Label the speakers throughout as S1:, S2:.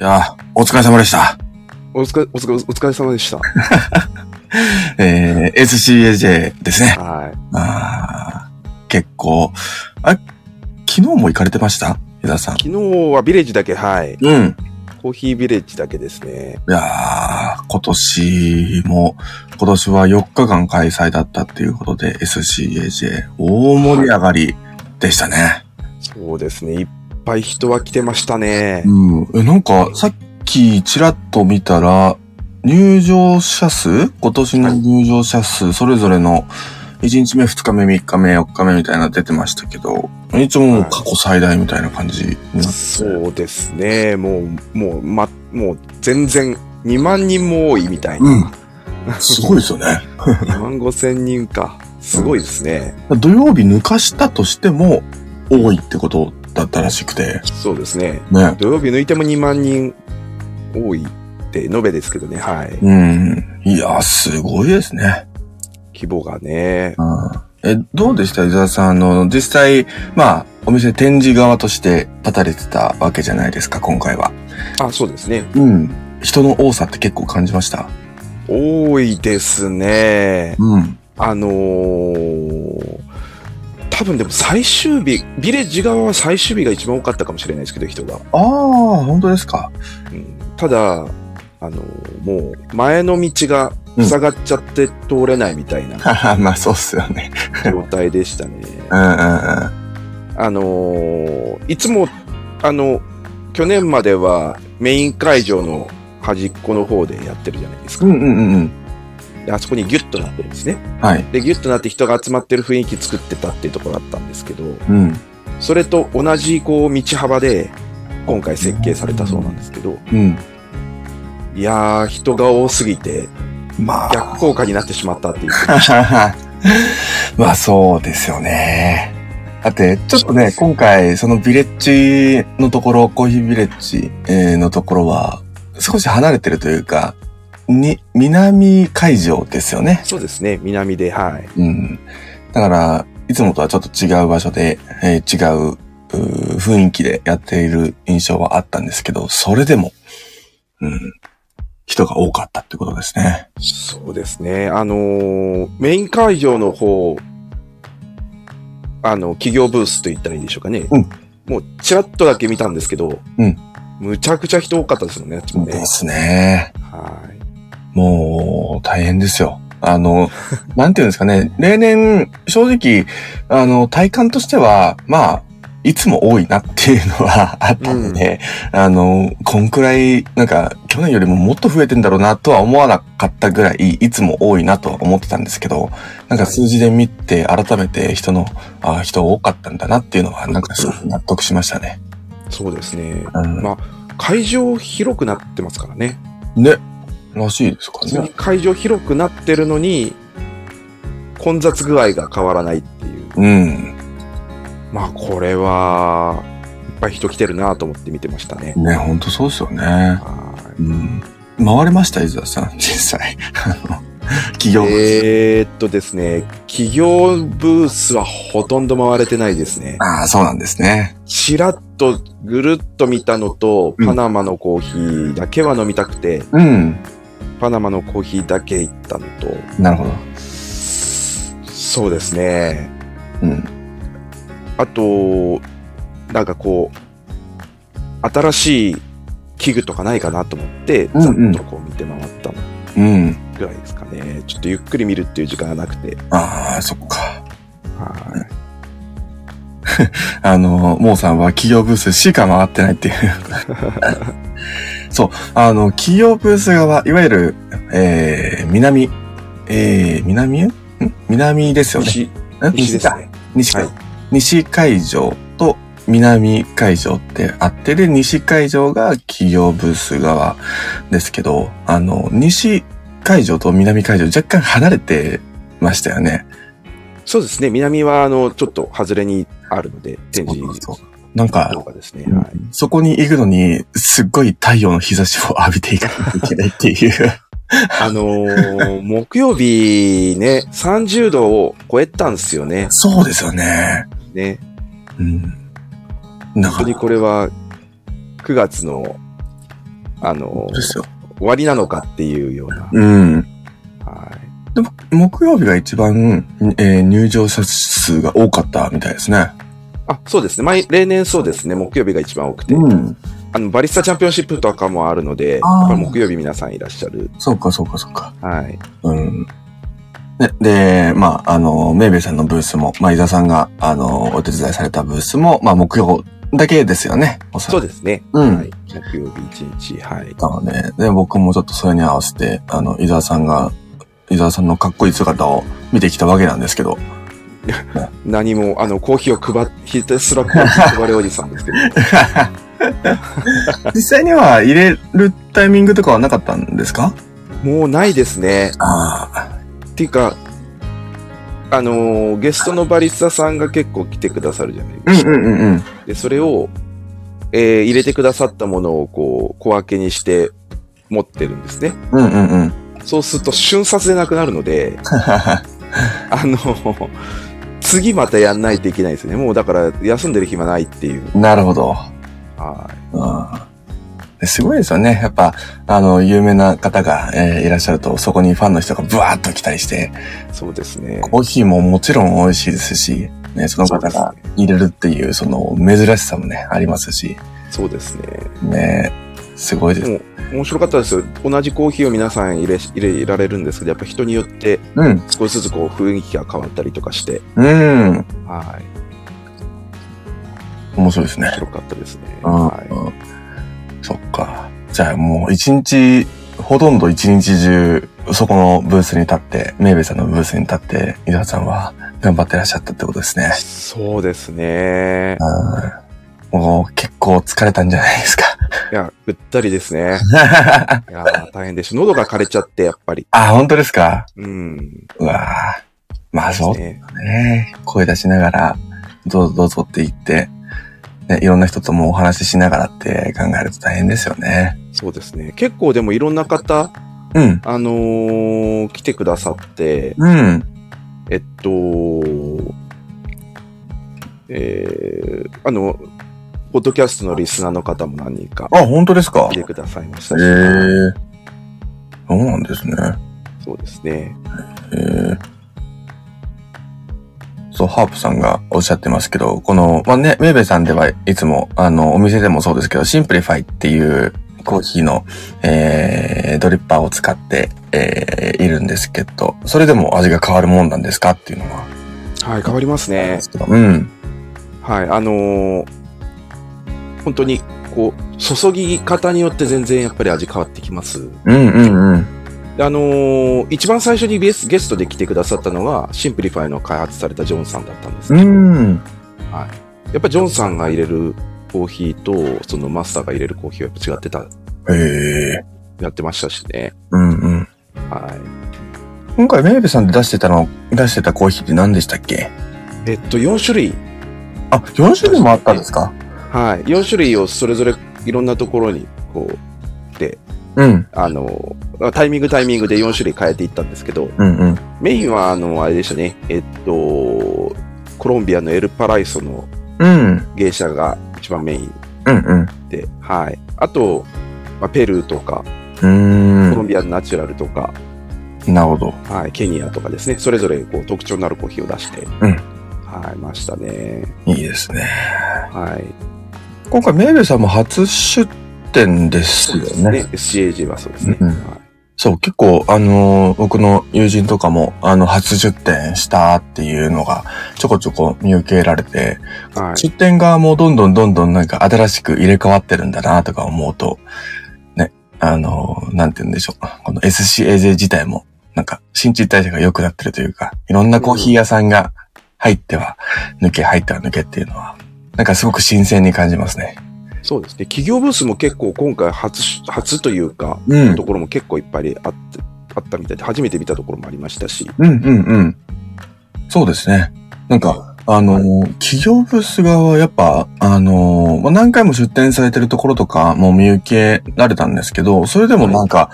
S1: いや、お疲れ様でした。
S2: お疲れ、お疲れ、お疲れ様でした。
S1: えー、SCAJ ですね。
S2: はい。
S1: あー結構、あ、昨日も行かれてました江田さん。
S2: 昨日はビレッジだけ、はい。
S1: うん。
S2: コーヒービレッジだけですね。
S1: いやー、今年も、今年は4日間開催だったっていうことで、SCAJ、大盛り上がりでしたね。
S2: そうですね。いっぱい人は来てましたね。
S1: うん。え、なんか、さっきちらっと見たら、入場者数今年の入場者数、それぞれの、1日目、2日目、3日目、4日目みたいなの出てましたけど、一応もう過去最大みたいな感じになって。
S2: そうですね。もう、もう、ま、もう、全然、2万人も多いみたいな。
S1: うん。すごいですよね。
S2: 2万5千人か。すごいですね。
S1: 土曜日抜かしたとしても、多いってことだったらしくて。
S2: そうですね。
S1: ね。
S2: 土曜日抜いても2万人多いって、延べですけどね。はい。
S1: うん。いや、すごいですね。
S2: 規模がね。
S1: え、どうでした伊沢さん、あの、実際、まあ、お店展示側として立たれてたわけじゃないですか、今回は。
S2: あ、そうですね。
S1: うん。人の多さって結構感じました
S2: 多いですね。
S1: うん。
S2: あのー多分でも最終日、ビレッジ側は最終日が一番多かったかもしれないですけど、人が。
S1: ああ、本当ですか。
S2: うんただ、あのーもう前の道が塞がっちゃって通れないみた いな
S1: はは、 まあそうっすよね。
S2: 状態でしたね。
S1: うんうんうん。
S2: あのーいつも、あの、去年まではメイン会場の端っこの方でやってるじゃないですか。
S1: うんうんうんうん。
S2: であそこにギュッとなってるんですね。
S1: はい。
S2: で、ギュッとなって人が集まってる雰囲気作ってたっていうところだったんですけど、
S1: うん。
S2: それと同じこう道幅で今回設計されたそうなんですけど、
S1: うん。
S2: いやー、人が多すぎて
S1: まあ。
S2: 逆効果になってしまった っていう。
S1: まあそうですよね。だって、ちょっとね、今回、そのビレッジのところ、コーヒービレッジえーのところは、少し離れてるというか、に、南海上ですよね。
S2: そうですね、南で、はい。
S1: うん。だから、いつもとはちょっと違う場所で、えー違ううー雰囲気でやっている印象はあったんですけど、それでも、うん、人が多かったってことですね。
S2: そうですね、あのーメイン会場の方、あの、企業ブースと言ったらいいんでしょうかね。
S1: うん
S2: もう、ちらっとだけ見たんですけど、
S1: うん
S2: むちゃくちゃ人多かったですよね、あっちも
S1: で
S2: ね。
S1: すね。
S2: はい。
S1: もう、大変ですよ。あの、 なんていうんですかね、例年、正直、あの、体感としては、まあ、いつも多いなっていうのは あったので、あの、こんくらい、なんか、去年よりももっと増えてんだろうなとは思わなかったぐらい、いつも多いなとは思ってたんですけど、なんか数字で見て、改めて人の、あ人多かったんだなっていうのは、なんかすごく納得しましたね。
S2: そうですね。
S1: うん
S2: ま会場広くなってますからね。
S1: ね、らしいですか
S2: 普通に
S1: ね。
S2: 会場広くなってるのに、混雑具合が変わらないっていう。
S1: うん。
S2: まあ、これは、いっぱい人来てるなと思って見てましたね。
S1: ね、ほんとそうですよね。
S2: は
S1: う
S2: い
S1: ん。回れました、伊沢さん、 実際。あの、企業、
S2: えーっとですね、企業ブースはほとんど回れてないですね。
S1: ああ、そうなんですね。
S2: ちらっとぐるっと見たのと、
S1: うん
S2: パナマのコーヒーだけは飲みたくて、
S1: うん。
S2: パナマのコーヒーだけ行ったのと、
S1: なるほど。
S2: そうですね、
S1: うん。
S2: あと、なんかこう、新しい器具とかないかなと思って、
S1: うんうん
S2: ざっとこう見て回ったの
S1: うん。
S2: ぐらいですかね。ちょっとゆっくり見るっていう時間がなくて。
S1: ああ、そっか。
S2: は
S1: あの、モーさんは企業ブースしか回ってないっていう。 そう。あの、企業ブース側、いわゆる、えー、南、えー、南ん南です
S2: い。
S1: よね。
S2: 西、
S1: ん
S2: 西です
S1: か
S2: ね。
S1: 西海,、
S2: はい
S1: 西海上と南海上ってあって、で、西海上が企業ブース側ですけど、あの、西海上と南海上若干離れてましたよね。
S2: そうですね。南は、あの、ちょっと外れにあるので、展示
S1: そうそうなん
S2: と
S1: か、
S2: かですね。はい。
S1: そこに行くのに、すっごい太陽の日差しを浴びていかなきゃいけないっていう。
S2: あのー木曜日ね、30度を超えたんですよね。
S1: そうですよね。
S2: ね。
S1: うん。なん
S2: 本
S1: か
S2: 当にこれは、9月のあの
S1: そう、ですよ。
S2: 終わりなのかっていうような。
S1: うん。
S2: はい。
S1: でも、木曜日が一番、えー入場者数が多かったみたいですね。
S2: あ、そうですね。毎、例年そうですね。木曜日が一番多くて。
S1: うん。
S2: あの、バリスタチャンピオンシップとかもあるので、やっ
S1: あー
S2: ぱり木曜日皆さんいらっしゃる。
S1: そうか、そうか、そうか。
S2: はい。
S1: うん。で、で、まあ、あの、メイベイさんのブースも、まあ、伊沢さんが、あの、お手伝いされたブースも、まあ、木曜だけですよね。おそ
S2: そ
S1: ら
S2: う
S1: く。
S2: ですね。
S1: うん
S2: はい。木曜日一日。はい。
S1: なので、で、僕もちょっとそれに合わせて、あの、伊沢さんが、伊沢さんのかっこいい姿を見てきたわけなんですけど、
S2: 何も、あの、コーヒーを配っ、ひたすらコーヒー配るおじさんですけど。
S1: 実際には入れるタイミングとかはなかったんですか
S2: もうないですね。
S1: あ
S2: っていうか、あのーゲストのバリスタさんが結構来てくださるじゃない
S1: あ、う
S2: です
S1: ん
S2: か。
S1: うんうんうん。
S2: で、それを、えー入れてくださったものを、こう、小分けにして持ってるんですね。
S1: うんうんうん。
S2: そうすると瞬殺でなくなるので、あのー次またやんないといけないですね。もうだから休んでる暇ないっていう。
S1: なるほど。
S2: は
S1: うんすごいですよね。やっぱ、あの、有名な方が、えーいらっしゃると、そこにファンの人がブワーッと来たりして、
S2: い。そうですね。
S1: コーヒーももちろん美味しいですし、ね、その
S2: そう
S1: 方
S2: です
S1: が
S2: ね
S1: 入れるっていう、その、珍しさもね、ありますし、
S2: そうですね。
S1: ね、すごいです。
S2: 面白かったですよ。同じコーヒーを皆さん入れ、入れられるんですけど、やっぱ人によって
S1: うん、
S2: 少しずつこう雰囲気が変わったりとかして、
S1: うん、
S2: はい。
S1: 面白いですね
S2: 面。白かったですね。
S1: うん
S2: はい。
S1: うんそっか。じゃあもう一日、ほとんど一日中、そこのブースに立って、メイベイさんのブースに立って、伊沢さんは頑張ってらっしゃったってことですね。
S2: そうですね。
S1: うんもう結構疲れたんじゃない ですか。
S2: いや、ぐったりですね。いやー、大変でしょ。喉が枯れちゃって、やっぱり。
S1: あ、本当ですか
S2: うん。
S1: うわぁ。まあそう
S2: ね。
S1: ね。声出しながら、どうぞどうぞって言って、ね、いろんな人ともお話ししながらって考えると大変ですよね。
S2: そうですね。結構でもいろんな方、
S1: うん。
S2: あのー来てくださって、
S1: うん。
S2: えっと、えー、あの、ポッドキャストのリスナーの方も何人か
S1: あ、本当ですか
S2: 来
S1: へ
S2: てくださいまし
S1: え
S2: たし、
S1: ー。そうなんですね。
S2: そうですね。
S1: えーそう、ハープさんがおっしゃってますけど、この、まあね、メイベイさんではいつも、あの、お店でもそうですけど、シンプリファイっていうコーヒーの、えー、ドリッパーを使って、えー、いるんですけど、それでも味が変わるもんなんですかっていうのは。
S2: はい、変わりますね
S1: で。すけどうん。
S2: はい、あのー本当に、こう、注ぎ方によって全然やっぱり味変わってきます。
S1: うんうんうん。
S2: であのー一番最初にゲスゲストで来てくださったのが、シンプリファイの開発されたジョンさんだったんです
S1: う
S2: けど、
S1: ん。
S2: やっぱジョンさんが入れるコーヒーと、そのマスターが入れるコーヒーはやっぱ違ってた、
S1: へえ。
S2: やってましたしね。
S1: うんうん。
S2: は
S1: 今回メイベイさんで出してたの、出してたコーヒーって何でしたっけ
S2: い。えっと、4種類。
S1: あ、4種類もあったんですか
S2: はい。4種類をそれぞれいろんなところに、こう、
S1: うん。
S2: あのータイミングタイミングで4種類変えていったんですけど、
S1: うんうん。
S2: メインは、あの、あれでしたね。えっと、コロンビアのエルパライソの
S1: うん。
S2: 芸者が一番メイン
S1: うんうん。
S2: で、はい。あと、まあ、ペルーとか、
S1: うー
S2: コ
S1: ん
S2: ロンビアのナチュラルとか、
S1: なるほど。
S2: はい、ケニアとかですね。それぞれこう特徴のあるコーヒーを出して、
S1: ん
S2: はい、ましたね。
S1: いいですね。
S2: はい。
S1: 今回、メーベさんも初出店ですよね。
S2: ね SCAG はそうですね。
S1: うんうん
S2: はい
S1: そう、結構、あのー僕の友人とかも、あの、初出店したっていうのが、ちょこちょこ見受けられて、
S2: はい。
S1: 出店側もどんどんどんどんなんか新しく入れ替わってるんだなとか思うと、ね、あのーなんて言うんでしょう。この SCAJ 自体も、なんか、新陳代謝が良くなってるというか、いろんなコーヒー屋さんが入っては、抜け、入っては抜けっていうのは、なんかすごく新鮮に感じますね。
S2: そうですね。企業ブースも結構今回初し、初というか、
S1: うん
S2: ところも結構いっぱいあって、あったみたいで、初めて見たところもありましたし、
S1: うんうんうん。そうですね。なんか、あのー、企業ブース側はやっぱ、あのー、まあ、何回も出展されてるところとかも見受けられたんですけど、それでもなんか、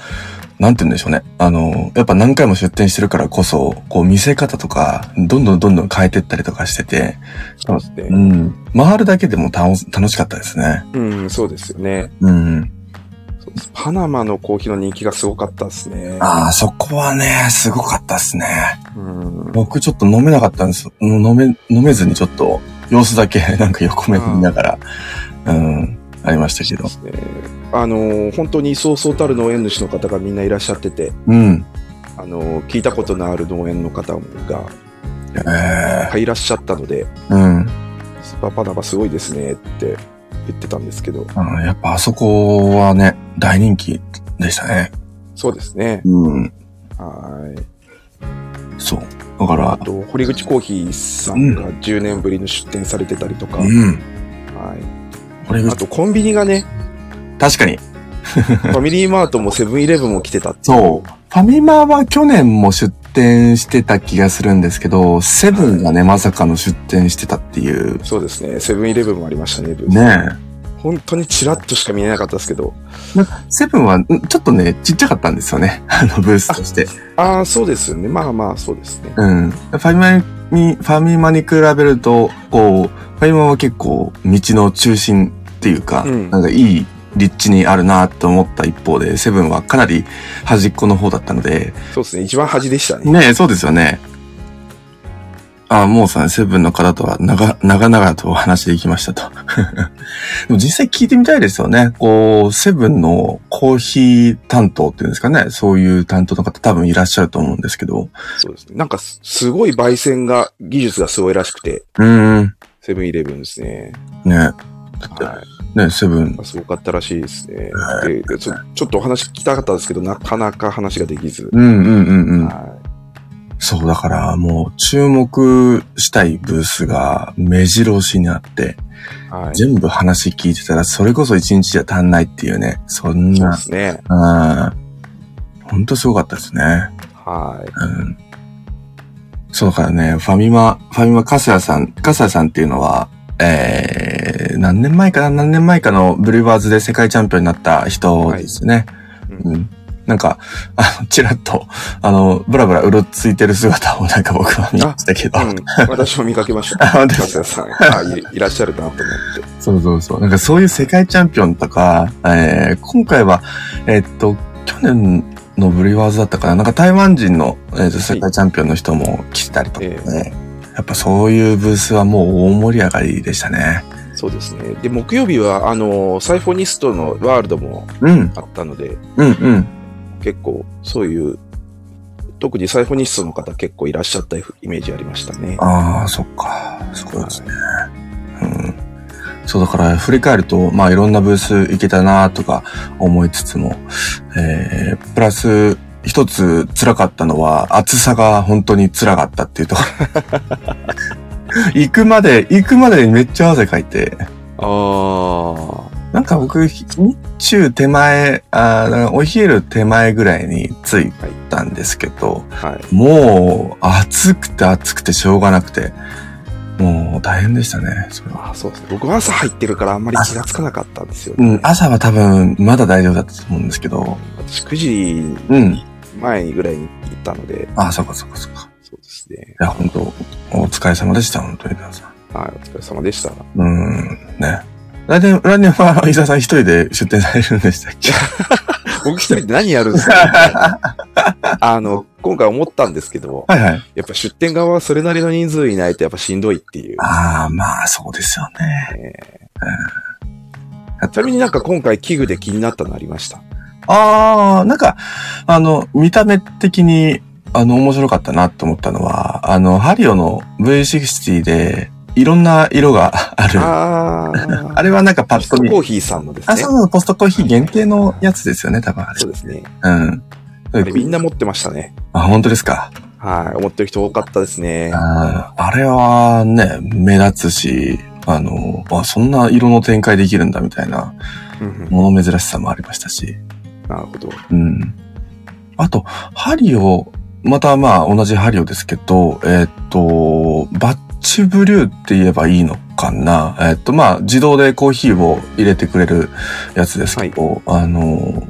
S1: なんて言うんでしょうね。あのー、やっぱ何回も出展してるからこそ、こう見せ方とか、どんどんどんどん変えてったりとかしてて、
S2: そうです
S1: う
S2: ね。
S1: ん。回るだけでも楽楽しかったですね。
S2: うん、そうですよね。
S1: うん。
S2: そうパナマのコーヒーの人気がすごかったですね。
S1: ああ、そこはね、すごかったっすね。
S2: うん。
S1: 僕ちょっと飲めなかったんです。飲め、飲めずにちょっと、様子だけ なんか横目見ながら、うん、ありましたけど
S2: で。すね。あのー本当にそうそうたる農園主の方がみんないらっしゃってて、
S1: うん。
S2: あのー聞いたことのある農園の方が
S1: ええ
S2: はいいらっしゃったので、
S1: うん。
S2: スーパーパナマすごいですねって言ってたんですけど、
S1: あやっぱあそこはね、大人気でしたね。
S2: そうですね。
S1: うん。
S2: はい。
S1: そう。だから
S2: あ、と、堀口コーヒーさんが10年ぶりの出店されてたりとか、
S1: うん。
S2: はい。
S1: これ、
S2: あと、コンビニがね、
S1: 確かに。
S2: ファミリーマートもセブンイレブンも来てたって。
S1: そう。ファミマは去年も出店してた気がするんですけど、セブンがね、まさかの出店してたっていう。
S2: そうですね。セブンイレブンもありましたね。ブース
S1: ね
S2: 本当にチラッとしか見えなかったですけど。
S1: え。なんかセブンは、んちょっとね、ちっちゃかったんですよね。 あの、ブースとして。
S2: ああ、そうですよね。まあまあ、そうですね。
S1: うん。ファミマに、ファミマに比べると、こう、ファミマは結構、道の中心っていうか、
S2: うん
S1: なんかいい立地にあるなと思った一方で、セブンはかなり端っこの方だったので、
S2: そうですね。一番端でしたね。
S1: ねえ、そうですよね。あ、もうさん、セブンの方とは長、長々とお話できましたと。 でも実際聞いてみたいですよね。こう、セブンのコーヒー担当っていうんですかね。そういう担当の方多分いらっしゃると思うんですけど。
S2: そうですね。なんかす、すごい焙煎が、技術がすごいらしくて、
S1: うーん。
S2: セブンイレブンですね。
S1: ね
S2: は
S1: ねセブン。
S2: い。すごかったらしいですね。ででちょちょっとお話聞きたかったんですけど、なかなか話ができず。
S1: うんうんうんうん。
S2: は
S1: そう、だからもう注目したいブースが目白押しにあって、
S2: い。はい。
S1: 全部話聞いてたらそれこそ一日じゃ足んないっていうね。そん
S2: そう
S1: な
S2: で。すね。
S1: うん。ほんとすごかったですね。
S2: はい。
S1: うん。そうだからね、ファミマ、ファミマカスヤさん、カスヤさんっていうのは、えー、何年前かな何年前かのブリュワーズで世界チャンピオンになった人ですね。
S2: はい
S1: うん、なんか、あの、ちらっと、あの、ブラブラうろついてる姿をなんか僕は見ましたけど。
S2: うん。私も見かけました。
S1: あ本当です
S2: 松田さん。あいいらっしゃるなと思って。
S1: そうそうそう。なんかそういう世界チャンピオンとか、えー今回は、えっと、去年のブリュワーズだったかな、なんか台湾人の、えーと世界チャンピオンの人も来てたりとかね、やっぱそういうブースはもう大盛り上がりでしたね。
S2: そうですね。で、木曜日は、あの、サイフォニストのワールドも
S1: うん、
S2: あったので、
S1: うん、うん。
S2: 結構、そういう、特にサイフォニストの方結構いらっしゃったイメージありましたね。
S1: ああ、そっか。すごいですね。うん。そうだから振り返ると、まあいろんなブース行けたなとか思いつつも、えー、プラス一つ辛かったのは暑さが本当に辛かったっていうところ。行くまで、行くまでにめっちゃ汗かいて、
S2: ああ。
S1: なんか僕、日中手前、あーなんかお昼手前ぐらいに着いたんですけど、
S2: はい。
S1: もう暑くて暑くてしょうがなくて、もう大変でしたね、それは。
S2: あそうですね。僕は朝入ってるからあんまり気がつかなかったんですよ、
S1: う
S2: ね。
S1: ん、朝は多分まだ大丈夫だったと思うんですけど。
S2: 私9時
S1: うん。
S2: 前ぐらいに行ったので、
S1: あ、そっかそっかそっか。
S2: そうですね。
S1: いや、本当お疲れ様でした、本当に、皆さん。
S2: はい。お疲れ様で した。
S1: うん、ね。来年、来年は伊沢さん一人で出店されるんでしたっけ
S2: 僕一人で何やるんです か、あの、今回思ったんですけど、
S1: はいはい。
S2: やっぱ出店側はそれなりの人数いないとやっぱしんどいっていう。
S1: ああ、まあ、そうですよね。
S2: ちなみになんか今回器具で気になったのありました。
S1: ああ、なんか、あの、見た目的に、あの、面白かったなと思ったのは、あの、ハリオの V60 で、いろんな色が ある。あ
S2: あー。
S1: れはなんかパ
S2: ポス
S1: ッと
S2: ト
S1: 見。
S2: コーヒーさんのです
S1: あ、
S2: ね。
S1: そ
S2: そう
S1: そう、ポストコーヒー限定のやつですよね、多分あれ
S2: う。ですね。
S1: うん。
S2: あれみんな持ってましたね。
S1: あ、本当ですか。
S2: はい。思ってる人多かったですね。
S1: あーあれはね、目立つし、あの、あ、そんな色の展開できるんだみたいな、
S2: うんうん
S1: もの珍しさもありましたし。
S2: なるほど。
S1: うん。あと、ハリオ、またまあ同じハリオですけど、えーっと、バッチブリューって言えばいいのかなえーっと、まあ自動でコーヒーを入れてくれるやつですけど、あの、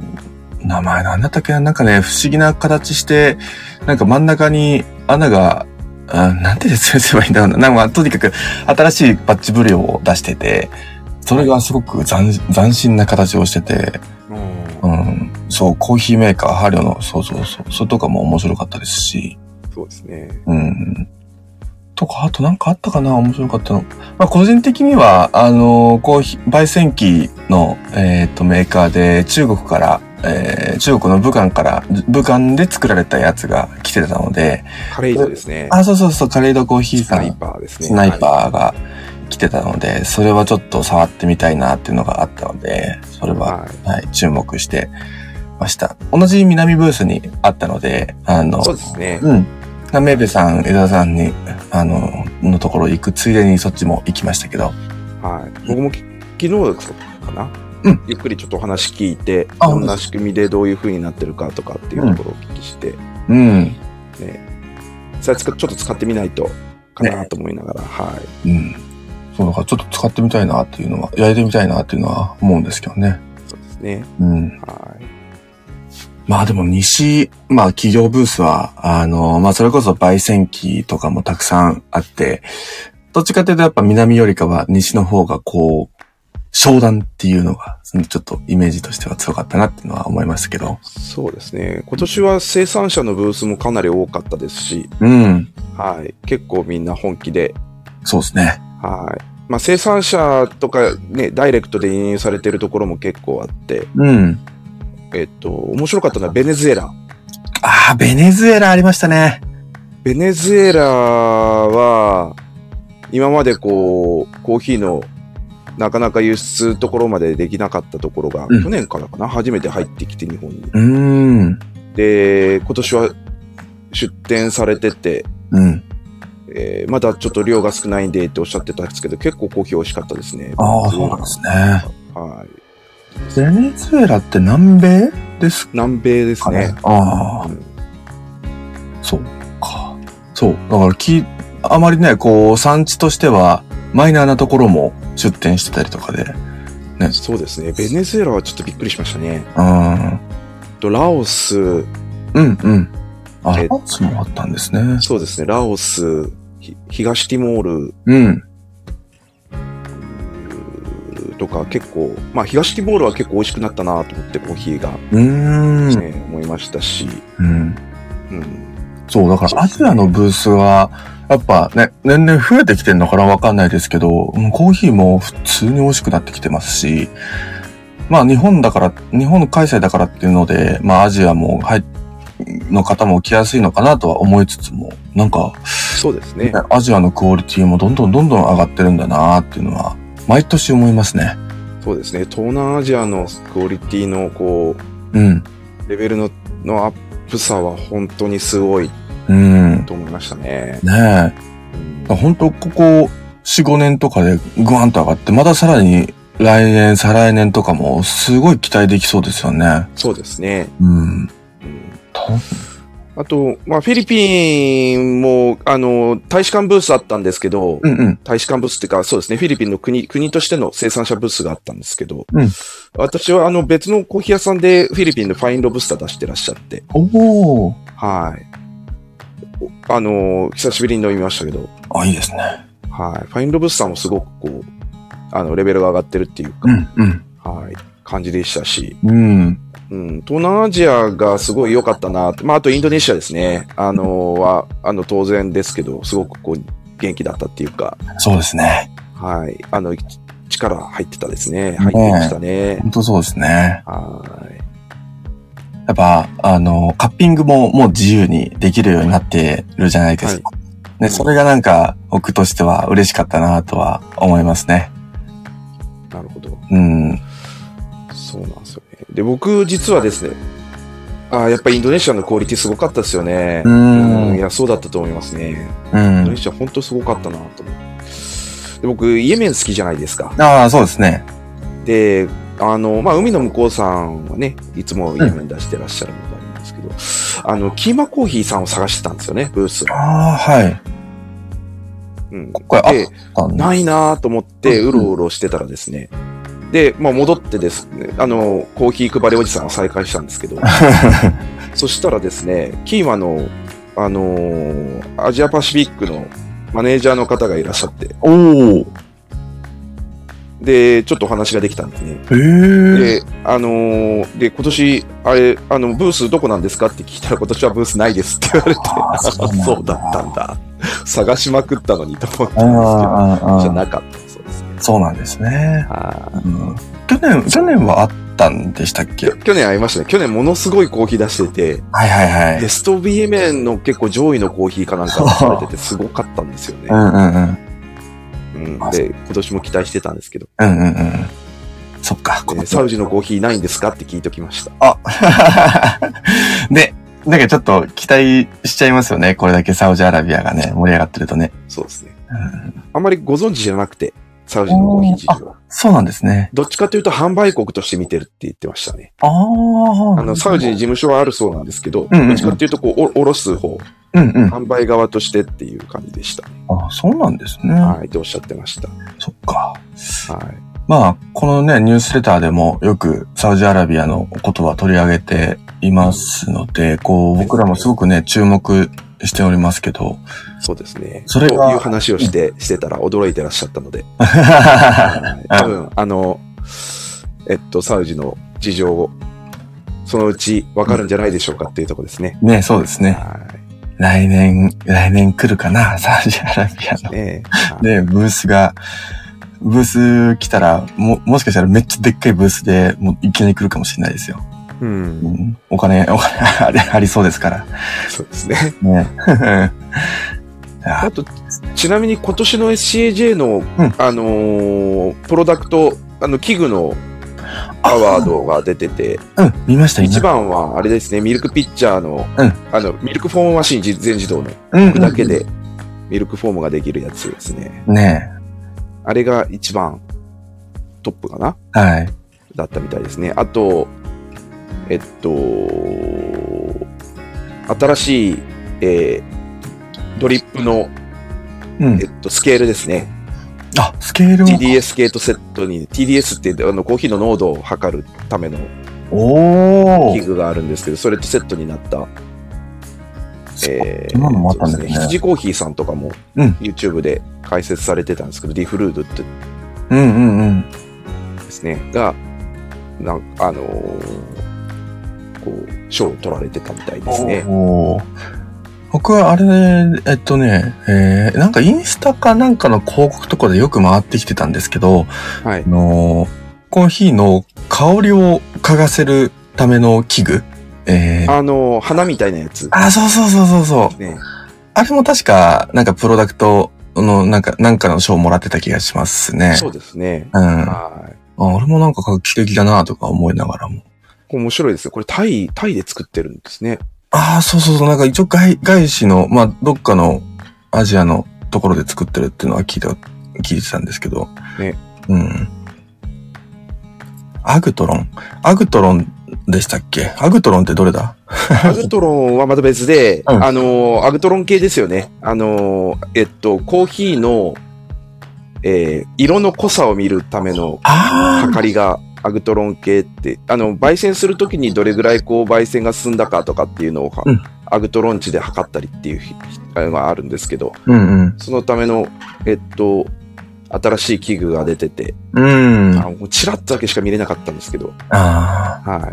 S1: 名前なんだったっけななんかね、不思議な形して、なんか真ん中に穴が、あなんて説明すればいいんだろうな。なんかまあとにかく新しいバッチブリューを出してて、それがすごく斬斬新な形をしてて、
S2: うん
S1: ううん。そう、コーヒーメーカー、ハリオの、そうそうそう。それとかも面白かったですし。
S2: そうですね。
S1: うん。とか、あとなんかあったかな面白かったの。まあ、個人的には、あの、コーヒー、焙煎機の、えっ、と、メーカーで、中国から、えー中国の武漢から、武漢で作られたやつが来てたので、
S2: カレイドですね。
S1: あ、そうそうそう、カレードコーヒー
S2: ス
S1: さ
S2: ナイ
S1: ん、
S2: パーですね。
S1: スナイパーが来てたので、それはちょっと触ってみたいなっていうのがあったので、それは
S2: はい。
S1: はい、注目してました。同じ南ブースにあったので、あの、
S2: そうですね。
S1: うん。ナメーベさん、江田さんに、あの、のところ行くついでにそっちも行きましたけど。
S2: はい。僕もき昨日かな、
S1: うん
S2: ゆっくりちょっとお話聞いて、
S1: あ
S2: どんな仕組みでどういう風になってるかとかっていうところをお聞きして、
S1: うん。
S2: さあつかちょっと使ってみないとかなと思いながら、はい。
S1: うん。そうだからちょっと使ってみたいなっていうのは、焼いてみたいなっていうのは思うんですけどね。
S2: そうですね。
S1: うん。
S2: はい。
S1: まあでも西、まあ企業ブースは、あの、まあそれこそ焙煎機とかもたくさんあって、どっちかというとやっぱ南よりかは西の方がこう、商談っていうのが、ちょっとイメージとしては強かったなっていうのは思いましたけど。
S2: そうですね。今年は生産者のブースもかなり多かったですし、
S1: うん。
S2: はい。結構みんな本気で、
S1: そうですね。
S2: はい。まあ、生産者とかね、ダイレクトで輸入されてるところも結構あって、
S1: うん。
S2: えっと、面白かったのはベネズエラ。
S1: ああ、ベネズエラありましたね。
S2: ベネズエラは、今までこう、コーヒーのなかなか輸出ところまでできなかったところが、
S1: うん
S2: 去年からかな、初めて入ってきて日本に。
S1: うーん。
S2: で、今年は出店されてて、
S1: うん。
S2: えーまだちょっと量が少ないんでっておっしゃってたんですけど、結構コーヒー美味しかったですね。
S1: ああ、そうなんですね。
S2: はい。
S1: ベネズエラって南米です
S2: 南米です
S1: かね
S2: ね。
S1: ああ
S2: うん、
S1: そうか。そう。だからき、あまりね、こう、産地としては、マイナーなところも出店してたりとかで。
S2: そうですね。ベネズエラはちょっとびっくりしましたね。
S1: うん。
S2: とラオス、
S1: うん、うん。あ、
S2: え
S1: そうもあったんですね。
S2: そうですね、ラオス、ひ東ティモール、
S1: うん。
S2: とか結構、まあ東ティモールは結構美味しくなったなと思ってコーヒーが、ね
S1: うーん。
S2: 思いましたし、
S1: うん。
S2: うん、
S1: そう、だからアジアのブースは、やっぱね、年々増えてきてるのかなわかんないですけど、うんコーヒーも普通に美味しくなってきてますし、まあ日本だから、日本開催だからっていうので、まあアジアも入っの方も来やすいのかなとは思いつつも、なんか、
S2: そうですね。
S1: アジアのクオリティもどんどんどんどん上がってるんだなっていうのは、毎年思いますね。
S2: そうですね。東南アジアのクオリティのこ
S1: うん。
S2: う、レベルののアップさは本当にすごい
S1: うん。ね
S2: と思いましたね。
S1: え。
S2: うん
S1: 本当ここ4、5年とかでグワンと上がって、またさらに来年、再来年とかもすごい期待できそうですよね。
S2: そうですね。
S1: うん。
S2: うん
S1: と
S2: あと、まあ、フィリピンも、あの、大使館ブースあったんですけど、
S1: うんうん。
S2: 大使館ブースっていうか、そうですね、フィリピンの国、国としての生産者ブースがあったんですけど、
S1: うん
S2: 私はあの別のコーヒー屋さんでフィリピンのファインロブスター出してらっしゃって、
S1: おー。
S2: はい。おあのー久しぶりに飲みましたけど、
S1: あ、いいですね。
S2: はい。ファインロブスターもすごくこう、あの、レベルが上がってるっていうか、
S1: うんうん。
S2: はい、感じでしたし、
S1: うん。
S2: うん、東南アジアがすごい良かったなって、まあ、あとインドネシアですね、あのーは、あの、当然ですけど、すごくこう、元気だったっていうか、
S1: そうですね。
S2: はい。あの、ち力入ってたですね。入ってましたね。
S1: 本当そうですね。
S2: はい。
S1: やっぱ、あの、カッピングももう自由にできるようになってるじゃないですか。ね、それがなんか、僕としては嬉しかったなとは思いますね。
S2: なるほど。
S1: うん。
S2: そうなんですよね。で、僕、実はですね、あーやっぱりインドネシアのクオリティすごかったですよね。
S1: う。
S2: うんいや、そうだったと思いますね。
S1: う
S2: インドネ
S1: ん。
S2: シア本当すごかったなと思って。で僕、イエメン好きじゃないですか。
S1: ああ、そうですね。
S2: で、あの、まあ、海の向こうさんはね、いつもイエメン出してらっしゃるみたいなんですけど、あの、キーマコーヒーさんを探してたんですよね、ブースを。
S1: ああ、はい。
S2: うん。
S1: 今回あ
S2: で
S1: ったんだ。
S2: ないなぁと思って、
S1: うん
S2: うろうろしてたらですね。で、まあ、戻ってですね、あの、コーヒー配りおじさんを再開したんです けど、そしたらですね、キーマの、あのーアジアパシフィックのマネージャーの方がいらっしゃって、
S1: おお。
S2: で、ちょっとお話ができたんですね。
S1: ええ
S2: で、あのーで、今年、あれ、あの、ブースどこなんですかって聞いたら、今年はブースないですって言われて、
S1: あーそうなんだ
S2: そうだったんだ。探しまくったのにと思っ
S1: あ
S2: たんで
S1: あ
S2: すけど、じゃ
S1: ああ
S2: なかったそうですね。
S1: そうなんですね。
S2: は
S1: うん去年、去年はあったんでしたっ
S2: い
S1: け
S2: きょ去年会いましたね。去年ものすごいコーヒー出してて、
S1: はいはいはい
S2: ベ。スト BMN の結構上位のコーヒーかなんか出され てて、すごかったんですよね
S1: う。んうんうん。
S2: うん、で、今年も期待してたんですけど、
S1: うんうんうん。そっか。
S2: えーサウジのコーヒーないんですかって聞いておきました。
S1: あ で、なんかちょっと期待しちゃいますよね。これだけサウジアラビアがね、盛り上がってるとね。
S2: そうですね。
S1: うん
S2: あんまりご存知じゃなくて、サウジのコーヒー事情は。
S1: そうなんですね。
S2: どっちかというと販売国として見てるって言ってましたね。
S1: ああ。
S2: あの、サウジに事務所はあるそうなんですけど、
S1: うんうん
S2: どっちかというと、こう、おおろす方、
S1: うんうん。
S2: 販売側としてっていう感じでした。
S1: あ、そうなんですね。
S2: はい、とおっしゃってました。
S1: そっか。
S2: はい。
S1: まあ、このね、ニュースレターでもよくサウジアラビアのことは取り上げていますので、こう、僕らもすごくね、注目しておりますけど、
S2: そうですね。
S1: それが
S2: という話をして、してたら驚いてらっしゃった ので、はい多分、あの、えっと、サウジの事情を、そのうちわかるんじゃないでしょうかっていうところですね。
S1: ね、そうですね。
S2: は
S1: 来年、来年来るかな、サウジアラビアの
S2: い。。ね はい
S1: で、ブースが、ブース来たら、も、もしかしたらめっちゃでっかいブースで、もういきなり来るかもしれないですよ。
S2: う。
S1: うんん、お金、 お金ありありそうですから。
S2: そうですね。
S1: ね。 あ
S2: あと、ちなみに今年の SCAJ の、
S1: うん
S2: あのープロダクト、あの、器具のアワードが出てて、
S1: うん、見ました、
S2: 一
S1: 今。
S2: 番はあれですね、ミルクピッチャーの、
S1: うん
S2: あの、ミルクフォームマシンじ全自動の、
S1: うん
S2: だけで、ミルクフォームができるやつですね。
S1: ね
S2: あれが一番トップかな
S1: え。はい。
S2: だったみたいですね。あと、えっと、新しい、えードリップの、
S1: うん
S2: え。っと、スケールですね。
S1: あ、スケールも。
S2: TDS 系とセットに、TDS ってあのコーヒーの濃度を測るための
S1: お
S2: 器
S1: ー。
S2: 具があるんですけど、それとセットになった、え
S1: そんなのもあったんです
S2: そう
S1: ね
S2: です羊コーヒーさんとかも
S1: うん
S2: YouTube で解説されてたんですけど、ディフルードって
S1: うんうんうん。
S2: ですね、が、なんあのーこう、賞を取られてたみたいですね。
S1: おー僕はあれ、えっとね、えー、なんかインスタかなんかの広告とかでよく回ってきてたんですけど、
S2: はい
S1: あ。のーコーヒーの香りを嗅がせるための器具。えー、
S2: あのー花みたいなやつ。
S1: あ、そうそうそうそうそう。
S2: ね、
S1: あれも確か、なんかプロダクトの、なんか、なんかの賞をもらってた気がしますね。
S2: そうですね。
S1: うん。あ
S2: はい。
S1: 俺もなんか画期的だなとか思いながらも。
S2: これ面白いですね。これタイ、タイで作ってるんで すね。
S1: ああ、そうそうそう。なんか一応外、外資の、まあ、どっかのアジアのところで作ってるっていうのは聞いた、聞いてたんですけど。
S2: ね。
S1: うん。アグトロン。アグトロンでしたっけアグトロンってどれだ
S2: アグトロンはまた別で、
S1: うん
S2: あのー、アグトロン系ですよね。あのー、えっと、コーヒーの、えー色の濃さを見るための
S1: あ
S2: 測りがアグトロン系って、あの、焙煎するときにどれぐらいこう焙煎が進んだかとかっていうのをは、
S1: うん
S2: アグトロン値で測ったりっていう日あれがあるんですけど、
S1: うん
S2: そのための、えっと、新しい器具が出てて、
S1: うん。うん。
S2: あ
S1: あ
S2: もうチラッとだけしか見れなかったんですけど、
S1: あ
S2: は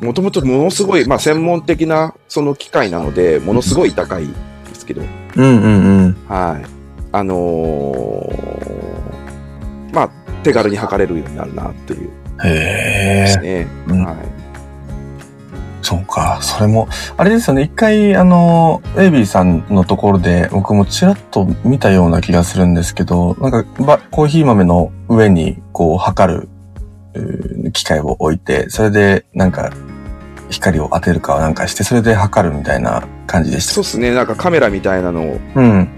S2: い。もともとものすごい、まあ、専門的なその機械なので、ものすごい高いですけど、
S1: ー。うんうんうん。
S2: はい。あのーまあ、手軽に測れるようになるなっていう
S1: へ
S2: で
S1: え
S2: す。ね。
S1: うん
S2: はい。
S1: そうか、それも、あれですよね、一回、あの、エイビーさんのところで、僕もちらっと見たような気がするんですけど、なんか、ばコーヒー豆の上に、こう、測る、うー機械を置いて、それで、なんか、光を当てるかなんかして、それで測るみたいな感じでし
S2: そ
S1: た。
S2: うですね。なんかカメラみたいなのを
S1: うん。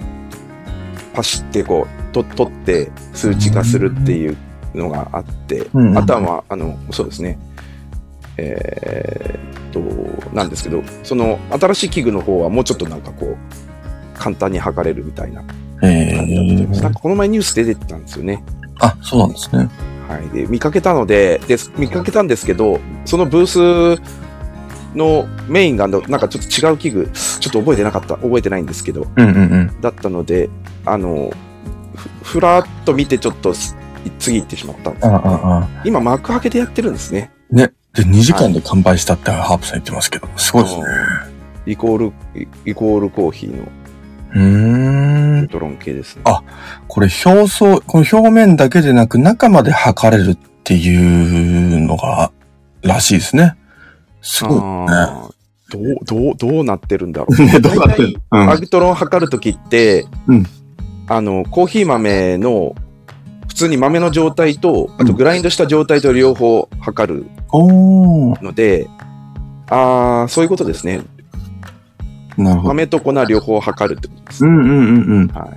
S2: パシってこう、と、撮って数値化するっていうのがあって、
S1: うん
S2: あとはまあ、あの、そうですね。えーっと、なんですけど、その新しい器具の方はもうちょっとなんかこう、簡単に測れるみたいな
S1: え
S2: 感じだったみたいです。
S1: え
S2: なんかこの前ニュースで出てたんですよね。
S1: あ、そうなんですね。
S2: はい。で、見かけたので、で、見かけたんですけど、そのブースのメインがあの、なんかちょっと違う器具、ちょっと覚えてなかった、覚えてないんですけど、
S1: うんうんうん。
S2: だったので、あの、ふふらっと見てちょっとす次行ってしまったんで
S1: う
S2: す
S1: んうんうん。
S2: 今、幕開けでやってるんですね。
S1: ね。で、2時間で完売したってハープさん言ってますけど、すごいですね。
S2: イコール、イイコールコーヒーの
S1: うー
S2: レ
S1: ん。
S2: トロン系ですね。
S1: あこれ表層、この表面だけでなく中まで測れるっていうのが、らしいですね。すごいね。
S2: あーどう、どう、どうなってるんだろう。
S1: ね、どうなってるうん
S2: アギトロン測るときって、
S1: うん
S2: あの、コーヒー豆の、普通に豆の状態と、あとグラインドした状態と両方測る
S1: おー。
S2: ので、ああ、そういうことですね。
S1: なるほど。
S2: 豆と粉両方測るってことです
S1: う。んうんうんうん。
S2: はい。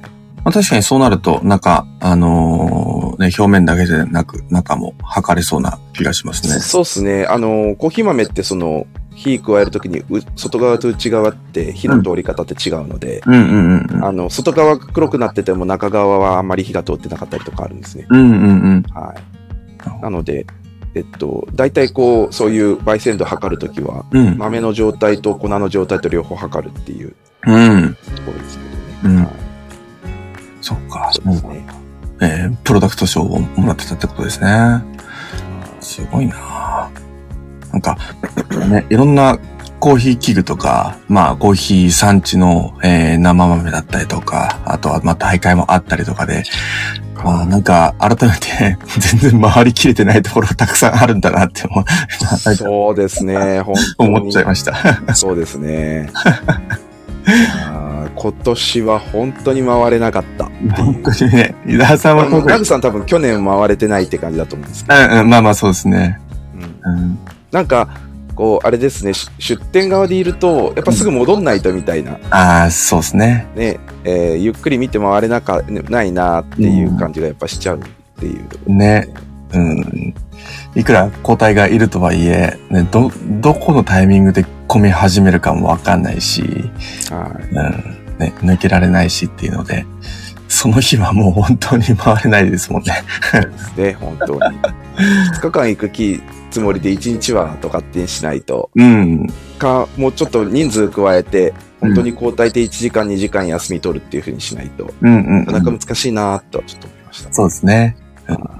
S1: まあ、確かにそうなると、中、あのーね、表面だけでなく、中も測れそうな気がしますね。
S2: そうですね。あの、コーヒー豆ってその、火加えるときにう外側と内側って火の通り方って違うので、
S1: うんうんうんうん。
S2: あの、外側が黒くなってても中側はあんまり火が通ってなかったりとかあるんですね。
S1: うんうんうん。
S2: はい。なので、えっと、大体こう、そういう焙煎度測るときは、
S1: うん。
S2: 豆の状態と粉の状態と両方測るっていう
S1: うん。
S2: ところですけどね。
S1: うん
S2: はい、
S1: そっか。
S2: そうですね。
S1: えープロダクト賞をもらってたってことですね。すごいなぁなんか、ね、いろんなコーヒー器具とか、まあ、コーヒー産地の、えー生豆だったりとか、あとは、まあ、大会もあったりとかで、まあ、なんか、改めて、 全然回りきれてないところがたくさんあるんだなって思う
S2: そうですね。本当に。
S1: 思っちゃいました。
S2: そうです ね。あー今年は本当に回れなかったってい
S1: 本
S2: う。
S1: 当にね、伊沢さんは今
S2: ラ
S1: 回、
S2: グさん多分去年回れてないって感じだと思うんですけ
S1: うんうん、まあまあそうですね。
S2: ど、うん
S1: うん、
S2: なんか、こう、あれですね、し出店側でいると、やっぱすぐ戻んないとみたいな、
S1: ああ、そうですね。
S2: ね、えーゆっくり見て回れなか、ないなっていう感じがやっぱしちゃうっていうところですね。
S1: うん。いくら交代がいるとはいえ、ね、ど、どこのタイミングで込み始めるかもわかんないし、
S2: はい。
S1: うん。ね、抜けられないしっていうので、その日はもう本当に回れないですもんね。
S2: そうですね、本当に。2日間行く気つもりで1日はとかってしないと、
S1: うん。
S2: か、もうちょっと人数加えて、本当に交代で1時間、2時間休み取るっていうふうにしないと、
S1: うんうん、う
S2: なか
S1: ん。
S2: なか難しいなとはちょっと思いました。
S1: そうですね。うん
S2: は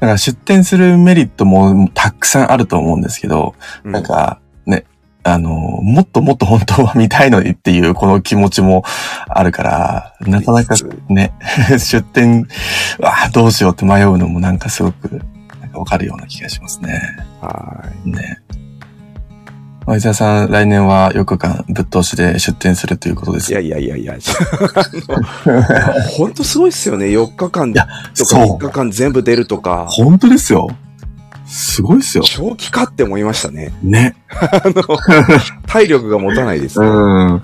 S1: だから出店するメリットもたくさんあると思うんですけど、
S2: い
S1: なん、か、ね、あの、もっともっと本当は見たいのにっていうこの気持ちもあるから、
S2: うん
S1: なかなかね、 出店、あどうしようって迷うのもなんかすごく、なんかわかるような気がしますね。
S2: はい。
S1: ね。まあ伊沢さん、来年は4日間ぶっ通しで出店するということです。
S2: いやいやいやいや、あの本当すごいっすよね。4日間
S1: いや
S2: とか
S1: そ
S2: 3
S1: う。
S2: 日間全部出るとか、
S1: 本当ですよ。すごいですよ。
S2: 長期化って思いました ね。
S1: ね。
S2: あの、体力が持たないです。
S1: ん。
S2: うん。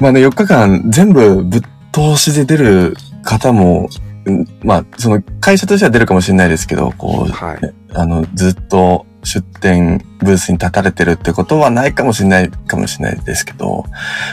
S1: まあね、4日間全部ぶっ通しで出る方も、うんまあ、その会社としては出るかもしれないですけど、こう、
S2: はい。
S1: あの、ずっと出店ブースに立たれてるってことはないかもしれないかもしれないですけど、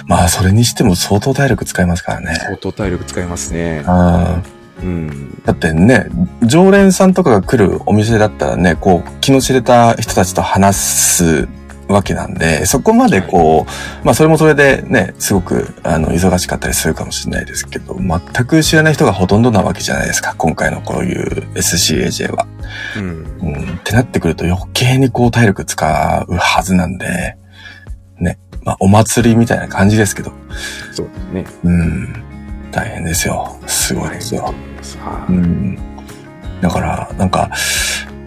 S1: まあ、それにしても相当体力使いますからね。
S2: 相当体力使いますね。
S1: あ
S2: うん。
S1: だってね、常連さんとかが来るお店だったらね、こう、気の知れた人たちと話すわけなんで、そこまでこう、まあそれもそれでね、すごく、あの、忙しかったりするかもしれないですけど、全く知らない人がほとんどなわけじゃないですか、今回のこういう SCAJ は。
S2: うん
S1: うん、ってなってくると余計にこう体力使うはずなんで、ね、まあお祭りみたいな感じですけど、
S2: そうですね。
S1: うん、大変ですよ。すごいですよ。
S2: は
S1: う
S2: い。
S1: ん。だから、なんか、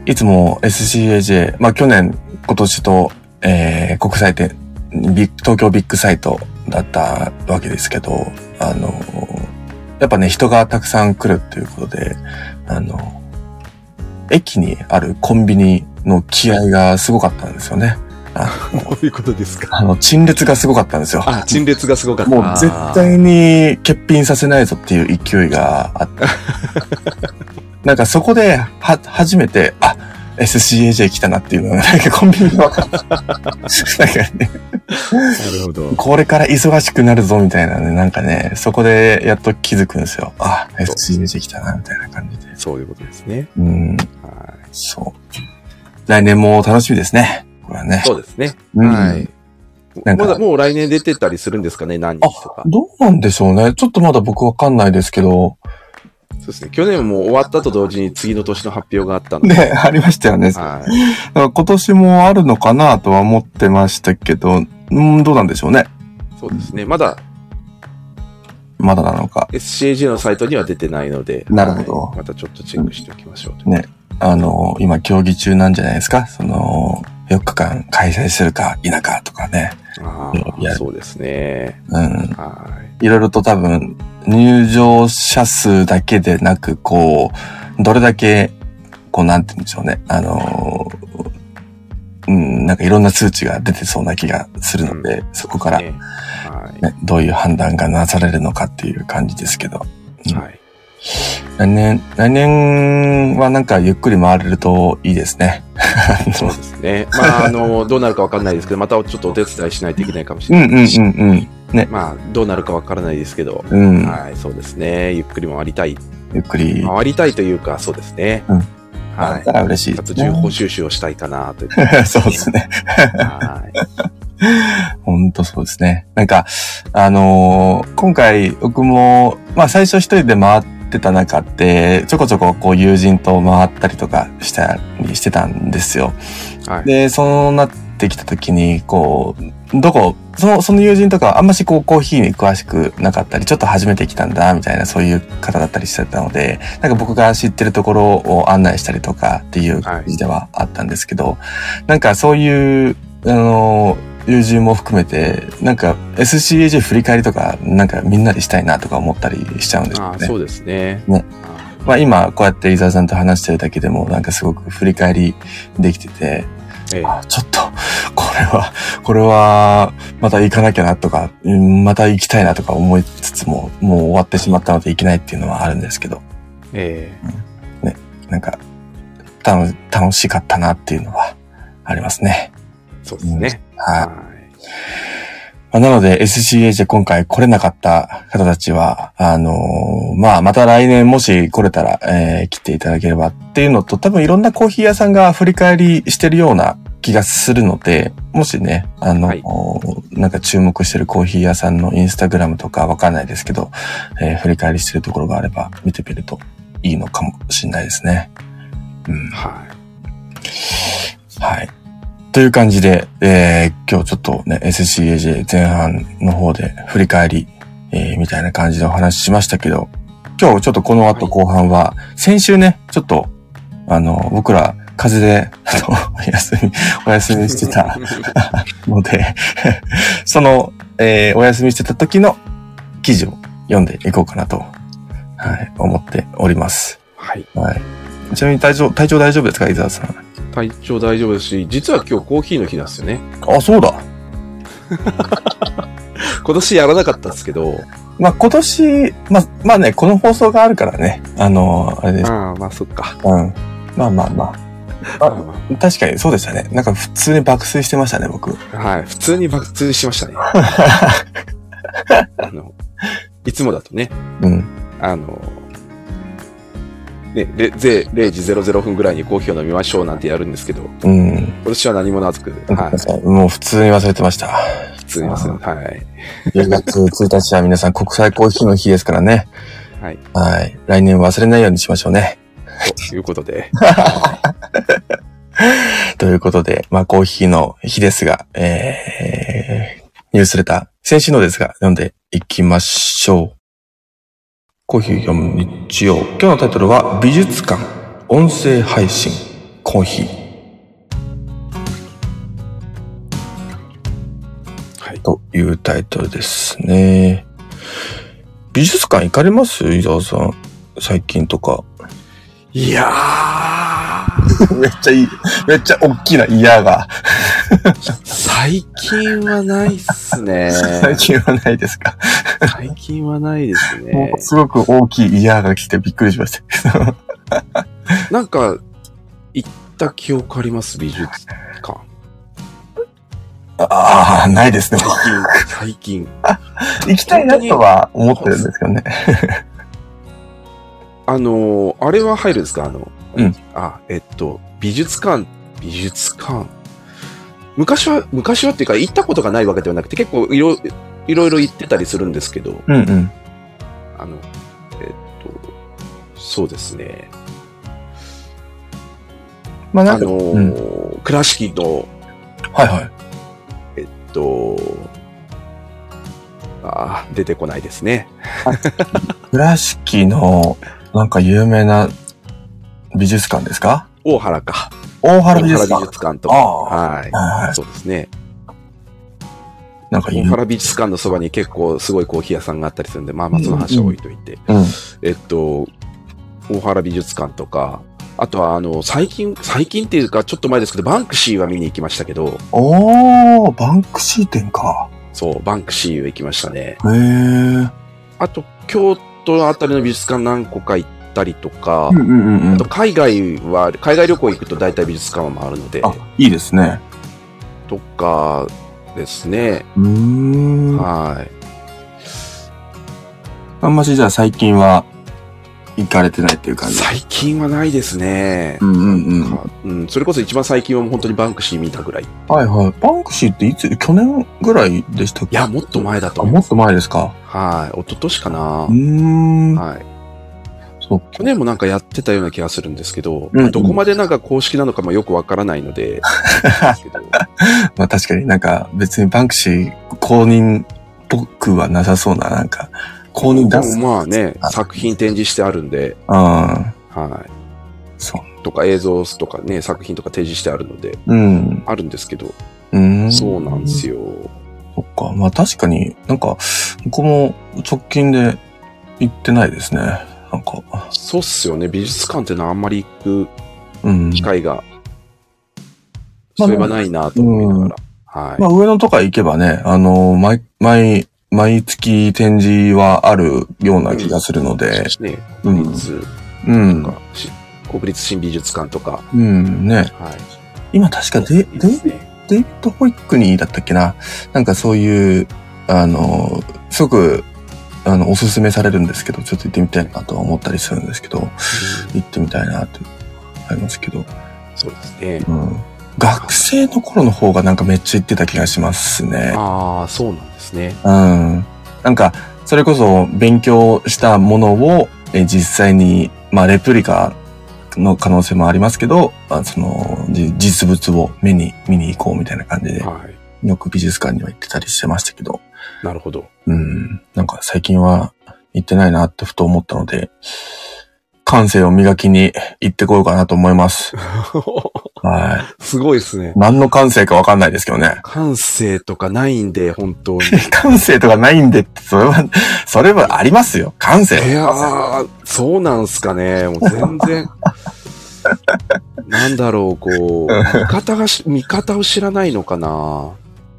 S1: いつも SCAJ、まあ去年、今年と、えー、国際展、ビッ東京ビッグサイトだったわけですけど、あの、やっぱね、人がたくさん来るっていうことで、あの、駅にあるコンビニの気合がすごかったんですよね。
S2: こういうことですか。
S1: あの、陳列がすごかったんですよ。
S2: あ、陳列がすごかった。
S1: もう絶対に欠品させないぞっていう勢いがあ って。なんかそこで、は、初めて、あ、SCAJ 来たなっていうのが、なんかコンビニの分かった。なんかね、
S2: なるほど。
S1: これから忙しくなるぞみたいなね、なんかね、そこでやっと気づくんですよ。あ、SCAJ 来たなみたいな感じで。
S2: そういうことですね。
S1: うん、
S2: は
S1: そう。来年も楽しみですね。これはね
S2: い。。そうですね。
S1: うん
S2: はい。
S1: な
S2: ま
S1: んか
S2: だもう来年出てたりするんですかね、何日とか。
S1: どうなんでしょうね。ちょっとまだ僕わかんないですけど、
S2: そうですね。去年も終わったと同時に次の年の発表があったので。
S1: ね、ありましたよね。だか
S2: はい。
S1: ら今年もあるのかなとは思ってましたけど、うん、どうなんでしょうね。
S2: そうですね。まだ
S1: まだなのか。
S2: SCAG のサイトには出てないので。
S1: なるほど
S2: はいまたちょっとチェックしておきましょうと。
S1: ねあの、今競技中なんじゃないですかその、4日間開催するか否かとかね。
S2: あ
S1: いや
S2: あ、そうですね。
S1: うん。
S2: はい。
S1: いろいろと多分、入場者数だけでなく、こう、どれだけ、こう、なんて言うんでしょうね。あのー、うん、なんかいろんな数値が出てそうな気がするので、そこから、ね、
S2: ねはい。
S1: どういう判断がなされるのかっていう感じですけど。
S2: はい。
S1: 来年、来年はなんかゆっくり回れるといいですね。あ
S2: そう
S1: の
S2: ですね。まあ、あの、どうなるかわかんないですけど、またちょっとお手伝いしないといけないかもし
S1: うん
S2: れ
S1: うん
S2: ないし、
S1: うんうん。
S2: まあ、どうなるかわからないですけど、
S1: うん。
S2: はい、そうですね。ゆっくり回りたい。
S1: ゆっくり。
S2: 回りたいというか、そうですね。
S1: うん
S2: は
S1: だった
S2: い。
S1: ら嬉しいで
S2: 活
S1: す
S2: 情
S1: ね。
S2: 報収集をしたいかなという。
S1: そうですね。
S2: はい。
S1: ほんとそうですね。なんか、あのー今回僕も、まあ最初一人で回ってた中で、ちょこちょここう友人と回ったりとかしたりしてたんですよ。
S2: はい。
S1: で、そうなってきた時に、こう、どこ、その、その友人とかはあんましこうコーヒーに詳しくなかったり、ちょっと初めて来たんだ、みたいなそういう方だったりしてたので、なんか僕が知ってるところを案内したりとかっていう感じではあったんですけど、なんかそういう、あの、友人も含めて、なんか SCAJ 振り返りとか、なんかみんなでしたいなとか思ったりしちゃうんですよ
S2: あ
S1: ね
S2: あ、。そうですね。
S1: ねまあ今こうやって伊沢さんと話してるだけでもなんかすごく振り返りできてて、
S2: ええ
S1: あちょっと、これは、これは、また行かなきゃなとか、うんまた行きたいなとか思いつつも、もう終わってしまったので行けないっていうのはあるんですけど、
S2: え
S1: なんか、楽楽しかったなっていうのはありますね。
S2: えそうですね。
S1: はい。
S2: はい。
S1: まあなので SCH 今回来れなかった方たちは、あのーまあ、また来年もし来れたら、えー来ていただければっていうのと、多分いろんなコーヒー屋さんが振り返りしてるような気がするので、もしね、あの、
S2: はい
S1: なんか注目してるコーヒー屋さんのインスタグラムとかわかんないですけど、えー振り返りしてるところがあれば見てみるといいのかもしれないですね。うん。
S2: はい。
S1: はい。という感じで、えー今日ちょっとね、SCAJ 前半の方で振り返り、えーみたいな感じでお話ししましたけど、今日ちょっとこの後
S2: はい
S1: 後半は、先週ね、ちょっと、あの、僕ら、風邪で、あ の、お休み、お休みしてたので、 その、えーお休みしてた時の記事を読んでいこうかなと、はい、思っております。
S2: はい。
S1: はい。ちなみに体調、体調大丈夫ですか伊沢さん。
S2: 体調大丈夫ですし、実は今日コーヒーの日なんですよね。
S1: あ、そうだ。
S2: 今年やらなかったですけど、
S1: まあ、今年、まあ、まあね、この放送があるからね、あの、あれです。
S2: ああ、まあそっか。
S1: うん。まあまあまあ。
S2: まあまあ
S1: あ、確かにそうでしたね。なんか普通に爆睡してましたね、僕。
S2: はい。普通に爆睡しま したね。あの、いつもだとね、
S1: うん。
S2: あの、ね、れぜ0時00分ぐらいにコーヒーを飲みましょうなんてやるんですけど、
S1: うん。
S2: 私は何もなく、はい。
S1: もう普通に忘れてました。
S2: 普通にます。はい。
S1: 10月1日は皆さん国際コーヒーの日ですからね。
S2: はい。
S1: はい。来年忘れないようにしましょうね。
S2: ということで、
S1: ということで、まあコーヒーの日ですが、えー、ニュースレター、先週のですが、読んでいきましょう。コーヒー読む日曜。今日のタイトルは、美術館、音声配信、コーヒー
S2: はい。
S1: というタイトルですね。美術館行かれます伊沢さん。最近とか。
S2: いや ー、
S1: めっちゃいい、めっちゃ大きな嫌が。
S2: 最近はないっす ね。
S1: 最近はないですか。
S2: 最近はないですね
S1: もう。すごく大きい嫌が来てびっくりしました。
S2: なんか、行った記憶あります美術館。
S1: ああ、ないですね。
S2: 最近、最近。
S1: 行きたいなとは思ってるんですけどね。
S2: あのーあれは入るんですかあの、
S1: うん
S2: あ、えっと、美術館、美術館。昔は、昔はっていうか、行ったことがないわけではなくて、結構いろ、いろいろ行ってたりするんですけど、
S1: うんうん。
S2: あの、えっと、そうですね。
S1: まあな
S2: あ
S1: んか、
S2: のー倉敷の、
S1: はいはい。
S2: えっと、あー出てこないですね。
S1: 倉敷の、なんか有名な美術館ですか
S2: 大原か。
S1: 大
S2: 大
S1: 原美
S2: 美
S1: 術
S2: 術
S1: 館。
S2: 館と
S1: あ
S2: か。
S1: あ
S2: はい。
S1: はいはい。
S2: そうですね。
S1: なんか
S2: 大
S1: 有名。
S2: 原美術館のそばに結構すごいコーヒー屋さんがあったりするんで、まあまあその話は置いといて。
S1: うん。
S2: えっと、大原美術館とか、あとはあの、最近、最近っていうかちょっと前ですけど、バンクシーは見に行きましたけど、
S1: おー、バンクシー店か。
S2: そう、バンクシーは行きましたね。
S1: へー。
S2: あと、京都のあたりの美術館何個か行ったりとか、
S1: うんうんうんう
S2: あ
S1: ん
S2: と。海外は、海外旅行行くと大体美術館は回るので、
S1: あ、いいですね。
S2: とかですね。
S1: うーん。
S2: はい。
S1: あんましじゃあ最近は行かれてないっていう感じ。
S2: 最近はないですね。
S1: うんうんうん。
S2: かうん、それこそ一番最近はもう本当にバンクシー見たぐらい。い
S1: はいはい。バンクシーっていつ、去年ぐらいでしたっけ
S2: や、もっと前だと
S1: あ、
S2: 思う。
S1: もっと前ですか。
S2: はい。一昨年かな
S1: うー。ん。
S2: はい。
S1: そう。
S2: 去年もなんかやってたような気がするんですけど、
S1: うんうん
S2: どこまでなんか公式なのかもよくわからないの で、ですけど
S1: まあ確かになんか別にバンクシー公認っぽくはなさそうな、なんか、公認出。
S2: ですもまあね、
S1: あ
S2: 作品展示してあるんで、
S1: うん。
S2: はい。
S1: そう。
S2: とか映像とかね、作品とか提示してあるので、
S1: うん。
S2: あるんですけど、
S1: うん。
S2: そうなんですよ。
S1: そっか。まあ確かになんか、僕も直近で行ってないですね。なんか、
S2: そうっすよね。美術館ってのはあんまり行く
S1: うん。
S2: 機会が、
S1: まあ
S2: そういえばないなと思いながら。はい。
S1: まあ上野とか行けばね、あの、毎、毎、毎月展示はあるような気がするので、
S2: ね、
S1: う
S2: 国
S1: ん。
S2: 立
S1: う
S2: と
S1: ん。
S2: か、し国立新美術館とか、
S1: うん、ね。
S2: はい。
S1: 今確かデ、
S2: いいで
S1: デ
S2: すね。
S1: デイビッド・ホイックニーだったっけななんかそういう、あの、すごく、あの、おすすめされるんですけど、ちょっと行ってみたいなとは思ったりするんですけど、
S2: うん
S1: 行ってみたいなってありますけど、
S2: そうですね。
S1: うん。学生の頃の方がなんかめっちゃ行ってた気がしますね。
S2: ああ、そうなんですね。
S1: うん。なんか、それこそ勉強したものを、え実際に、まあ、レプリカの可能性もありますけど、まあ、その、じ実物を目に、見に行こうみたいな感じで、
S2: はい。
S1: よく美術館には行ってたりしてましたけど、
S2: なるほど。
S1: うん、なんか最近は行ってないなってふと思ったので、感性を磨きに行ってこようかなと思い ます。は
S2: すごいですね
S1: い。。何の感性かわかんないですけどね。
S2: 感性とか ないんで、本当に。
S1: 感性とかないんでって、それは、それはありますよ。感性。
S2: いやー、そうなんすかね。もう全 然。なんだろう、こう、味方がし、味方を知らないのかな。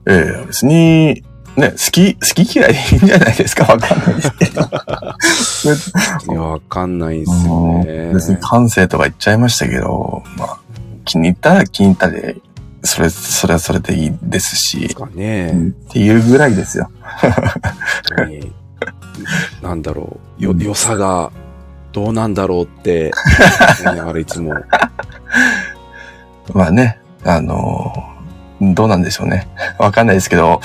S1: ええ別に、ね、好き、好き嫌いでいいんじゃないですかわかんないですけ ど。別
S2: いや、わかんないんすよ
S1: に
S2: ね。
S1: 別に感性とか言っちゃいましたけど、まあ、気に入ったら気に入ったで、それ、それはそれでいいですし、
S2: か
S1: う
S2: ね。
S1: んっていうぐらいですよ。
S2: 本当になんだろう。よ、良さが、どうなんだろうって、思いながらいつも。
S1: まあね、あのーどうなんでしょうね。わかんないですけど、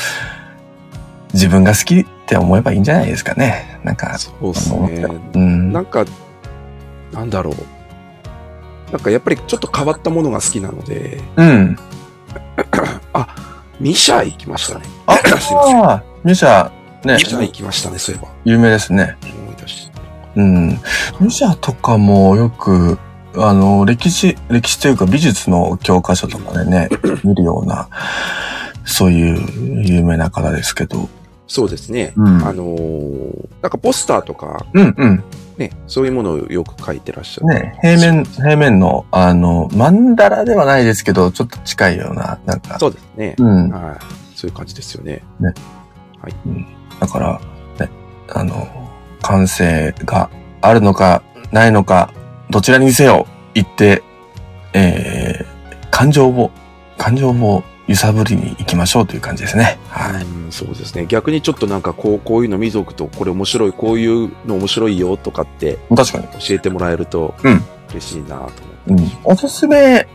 S1: 自分が好きって思えばいいんじゃないですかね。なんか、
S2: そうっすね。
S1: うん。
S2: なんか、なんだろう。なんかやっぱりちょっと変わったものが好きなので、
S1: うん。
S2: あ、ミシャ行きましたね。
S1: あ
S2: すいません
S1: ああ、ミュシャ、ね
S2: ミ、シャ行きましたね、そういえば。
S1: 有名ですね。
S2: 思い出し
S1: うん。ミュシャとかもよく、あの、歴史、歴史というか美術の教科書とかで ね、見るような、そういう有名な方ですけど。
S2: そうですね。
S1: うん。
S2: あのーなんかポスターとか、
S1: うんうん。
S2: ね、そういうものをよく書いてらっしゃる。
S1: ね、平面、平面の、あの、曼荼羅ではないですけど、ちょっと近いような、なんか、
S2: そうですね。
S1: うん。だ
S2: はい。そういう感じですよね。
S1: から、ね、あの、感性があるのか、ないのか、どちらにせよ、言って、えー、感情を、感情を揺さぶりに行きましょうという感じですね。はい。
S2: うんそうですね。逆にちょっとなんかこう、こういうの見とくと、これ面白い、こういうの面白いよとかって
S1: 確かに。
S2: 教えてもらえると
S1: うん、
S2: 嬉しいなと思って。
S1: うん。おすすめ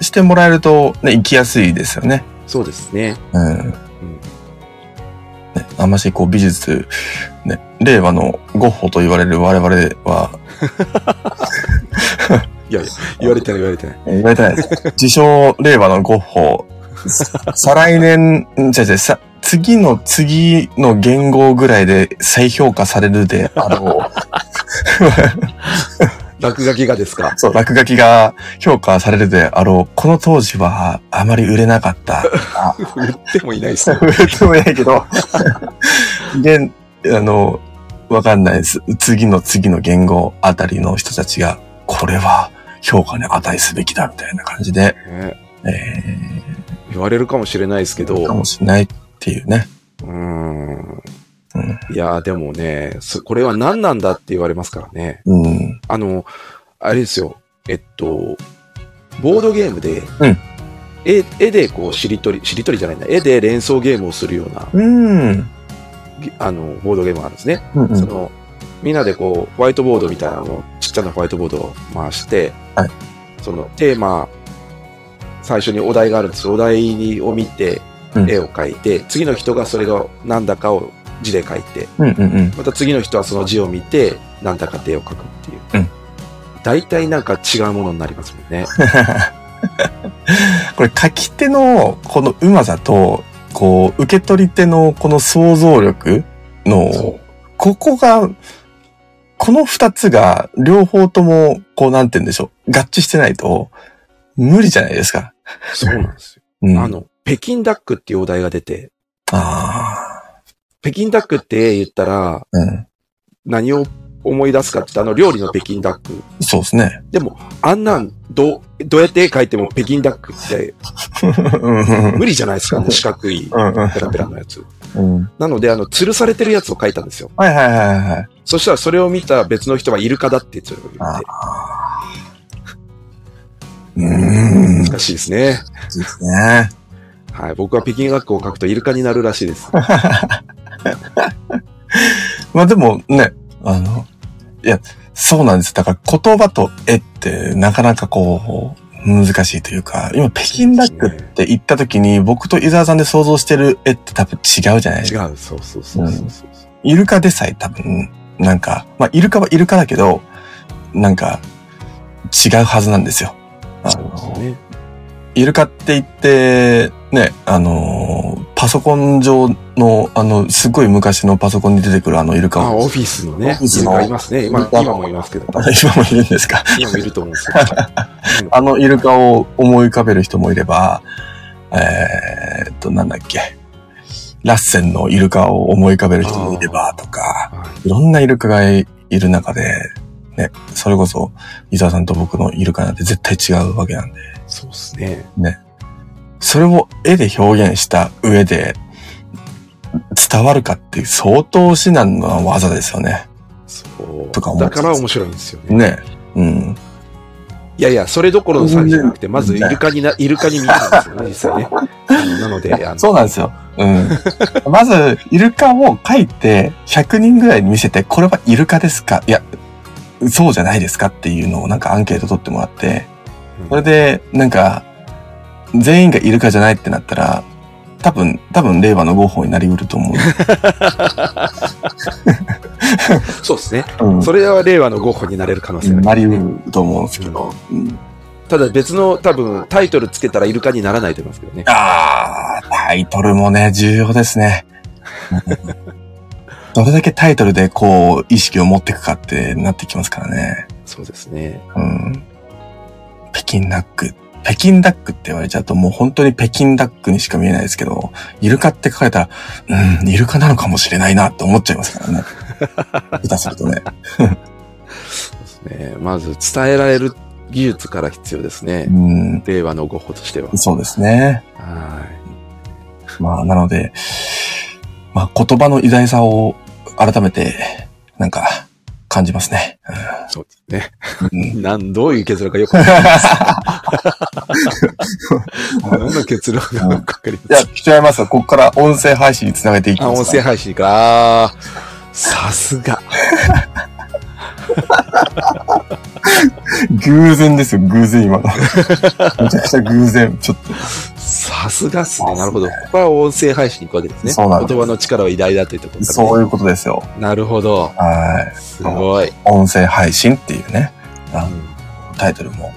S1: してもらえると、ね、行きやすいですよね。
S2: そうですね。
S1: うん。ね、
S2: うん
S1: あましこう美術、ね、令和のゴッホと言われる我々は、
S2: いやいや、言われてない言われてない。
S1: え言われてないです。自称令和のゴッホ、再来年、ん違う違う、さ、次の次の言語ぐらいで再評価されるであろ
S2: 落書きがです か
S1: う、そう、落書きが評価されるであろう、この当時はあまり売れなかった。あ
S2: 言ってもいないですよ。
S1: 売れてもないけど、現、あの、わかんないです。次の次の言語あたりの人たちが、これは評価に値すべきだみたいな感じで、
S2: ね
S1: え
S2: 言われるかもしれないですけど、
S1: ー、か
S2: う
S1: もしれないっていうね。
S2: ーん。
S1: うん。
S2: いやーでもね、そこれは何なんだって言われますからね。
S1: うん。
S2: あの、あれですよ、えっと、ボードゲームで、
S1: うん
S2: 絵絵でこう、しりとり、しりとりじゃないんだ、絵で連想ゲームをするような、
S1: うん。
S2: ぎあの、ボードゲームがあるんですね。
S1: うんう
S2: そ
S1: ん。
S2: の、みんなでこう、ホワイトボードみたいなのを、ちっちゃなホワイトボードを回して、
S1: はい
S2: その、テーマ、最初にお題があるんですよお題を見て
S1: う、ん
S2: 絵を描いて、次の人がそれが何だかを字で描いて、
S1: うんうんうん。
S2: また次の人はその字を見て、何だかって絵を描くっていう。
S1: うん
S2: 大体なんか違うものになりますもんね。
S1: これ書き手のこのうまさと、こう、受け取り手のこの想像力の、ここが、この二つが両方とも、こうなんて言うんでしょう。合致してないと、無理じゃないですか。
S2: そうなんですよ。
S1: うん。
S2: あの、北京ダックっていうお題が出て、
S1: あ
S2: 北京ダックって言ったら
S1: ーうん。
S2: 何を思い出すかって言ったらあの料理の北京ダック
S1: そうですね。
S2: でも、あんなん、ど、どうやって絵描いても北京ダックって
S1: うんうん
S2: 無理じゃないですか、ね、四角
S1: う
S2: い、
S1: ん
S2: ペラペラのやつ。
S1: うん。うん。
S2: なので、あの、吊るされてるやつを描いたんですよ。
S1: はいはいはいはい。
S2: そしたらそれを見た別の人はイルカだってそれを言っ
S1: あ
S2: て。
S1: うーん。
S2: 難しいですね。
S1: ですね。
S2: はい。僕は北京ダックを描くとイルカになるらしいです。
S1: まあでもね、あの、いや、そうなんです。だから言葉と絵ってなかなかこう、難しいというか、今北京ダックって言った時に僕と伊沢さんで想像してる絵って多分違うじゃないです
S2: 違
S1: か。
S2: う。そうそうそうそうそう。
S1: イルカでさえ多分、なんか、まあイルカはイルカだけど、なんか、違うはずなんですよ。あ
S2: そう
S1: の
S2: ですね。
S1: イルカって言って、ね、あのーパソコン上の、あの、すごい昔のパソコンに出てくるあのイルカ
S2: あ、
S1: を、
S2: オフィスのね
S1: オ、フィ
S2: イ
S1: ス
S2: ル
S1: の
S2: カいますね。今、今もいますけど。
S1: 今もいるんですか
S2: 今もいると思うんですけど。
S1: あのイルカを思い浮かべる人もいれば、えーっと、なんだっけ。ラッセンのイルカを思い浮かべる人もいればとか、
S2: はい
S1: ろんなイルカがいる中で、ね、それこそ、伊沢さんと僕のイルカなんて絶対違うわけなんで、
S2: いそうですね。
S1: それを絵で表現した上で、伝わるかって相当至難の技ですよね。
S2: そう。
S1: とか思っ
S2: だ
S1: てた
S2: から面白いんですよね。
S1: ね。うん。
S2: いやいや、それどころの詐欺じゃなくて、まずイルカにな、イルカに見えたんですよね、実際ね。なので、あの、
S1: そうなんですよ。 うん。まず、イルカを描いて、100人ぐらいに見せて、これはイルカですかいや、そうじゃないですかっていうのをなんかアンケート取ってもらって、それで、なんか、全員がイルカじゃないってなったら、多分、多分、令和の合法になりうると思
S2: そうですね。
S1: う。うん
S2: それは令和のゴッホになれる可能性が
S1: な
S2: あ
S1: り
S2: る、
S1: う
S2: ね。
S1: ると思うんですけど。うん
S2: ただ別の多分タイトルつけたらイルカにならないと思いますけどね。
S1: あー、タイトルもね、重要ですね。 どれだけタイトルでこう、意識を持っていくかってなってきますからね。
S2: そうですね。
S1: うん。北京ダック。北京ダックって言われちゃうともう本当に北京ダックにしか見えないですけど、イルカって書かれたら、うん、イルカなのかもしれないなって思っちゃいますから ね。下手するとね。
S2: そうですね。まず伝えられる技術から必要ですね
S1: う。ん。
S2: 令和のゴッホとしては。
S1: そうですね。
S2: はい。
S1: まあ、なので、まあ、言葉の偉大さを改めて、なんか、感じます ね。
S2: そうですね。
S1: うん
S2: なん、どういう結論かよくわかります。何の結論かわかり
S1: い
S2: ま
S1: や、
S2: す。
S1: 違いますよ。ここから音声配信につなげていき
S2: あ、
S1: ますから。
S2: 音声配信か。あーさすが。
S1: 偶然ですよ、偶然今の。めちゃくちゃ偶然。ちょっと
S2: ささすがっすね。
S1: さすがっすね
S2: なるほど。ここは音声配信に行くわけですね。
S1: そうなんです
S2: 言葉の力は偉大だというところ、ね。
S1: そういうことですよ。
S2: なるほど。
S1: はい。
S2: すごい。
S1: 音声配信っていうね、あのタイトルも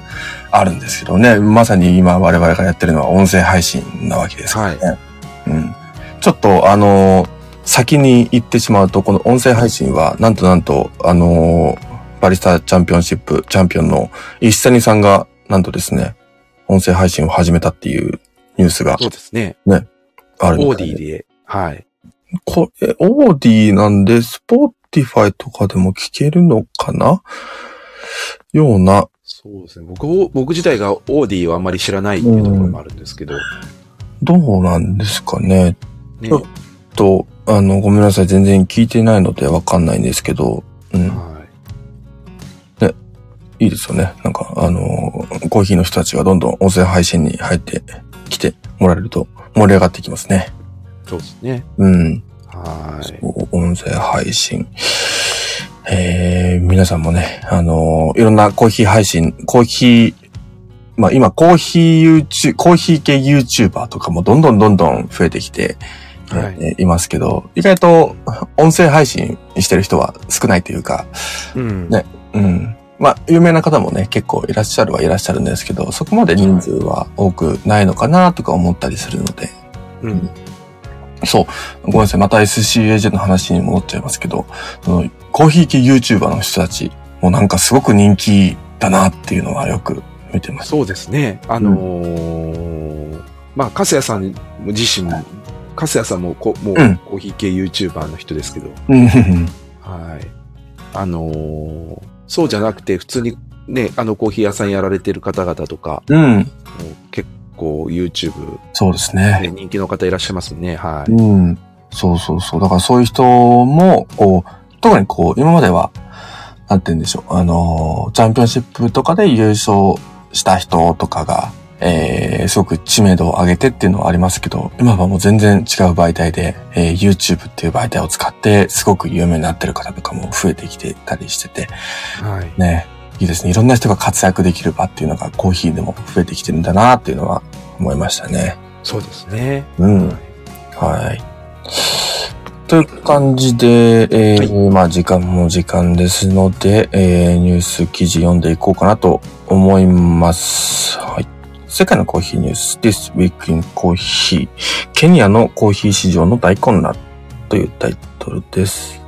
S1: あるんですけどね、まさに今我々がやってるのは音声配信なわけですからね。うん。ちょっとあのー先に言ってしまうと、この音声配信は、なんとなんと、あのーバリスタチャンピオンシップチャンピオンの石谷さんが、なんとですね、音声配信を始めたっていうニュースが
S2: そうですね。
S1: あるみ
S2: オー
S1: た
S2: デ
S1: い
S2: ィで。はい。
S1: これ、オーディなんで、スポーティファイとかでも聞けるのかなような。
S2: そうですね。僕を、僕自体がオーディをあんまり知らないっていうところもあるんですけど。
S1: どうなんですかね。
S2: ね。
S1: そうと、あの、ごめんなさい。全然聞いてないのでわかんないんですけど、うん、
S2: はい
S1: いですよね。なんか、あの、コーヒーの人たちがどんどん音声配信に入ってきてもらえると盛り上がってきますね。
S2: い。そうですね。
S1: うん。
S2: はい。
S1: 音声配信。えー、皆さんもね、あのーいろんなコーヒー配信、コーヒー、まあ今コーヒー YouTube、コーヒー系 YouTuber とかもどんどんどんどん増えてきて、
S2: はい
S1: えーいますけど、意外と音声配信してる人は少ないというか、
S2: うん。
S1: ねうん。まあ、有名な方もね、結構いらっしゃるはいらっしゃるんですけど、そこまで人数は多くないのかなとか思ったりするので、
S2: うん。
S1: そう。ごめんなさい。また SCAJ の話に戻っちゃいますけど、そのコーヒー系 YouTuber の人たち、もうなんかすごく人気だなっていうのはよく見てます。
S2: そうですね。あのーまあ、かすやさん自身も、かすやさんもこ、もう、
S1: うん
S2: コーヒー系 YouTuber の人ですけど、
S1: うんうん
S2: はい。あのーそうじゃなくて、普通にね、あのコーヒー屋さんやられてる方々とか、
S1: うん。うん。
S2: もう結構 YouTube
S1: そうです
S2: で
S1: ね。
S2: 人気の方いらっしゃいますよね。は
S1: うん。そうそうそう。だからそういう人も、こう、特にこう、今までは、なんて言うんでしょう。あのー、チャンピオンシップとかで優勝した人とかが、えー、すごく知名度を上げてっていうのはありますけど、今はもう全然違う媒体で、えー、YouTube っていう媒体を使って、すごく有名になってる方とかも増えてきてたりしてて、
S2: い。はい。
S1: ね、いいですね。いろんな人が活躍できる場っていうのがコーヒーでも増えてきてるんだなっていうのは思いましたね。
S2: そうですね。
S1: うん。
S2: はい
S1: はい。という感じで、えーまあ時間も時間ですので、えーニュース記事読んでいこうかなと思います。はい。世界のコーヒーニュース This Week in Coffee ケニアのコーヒー市場の大混乱というタイトルです。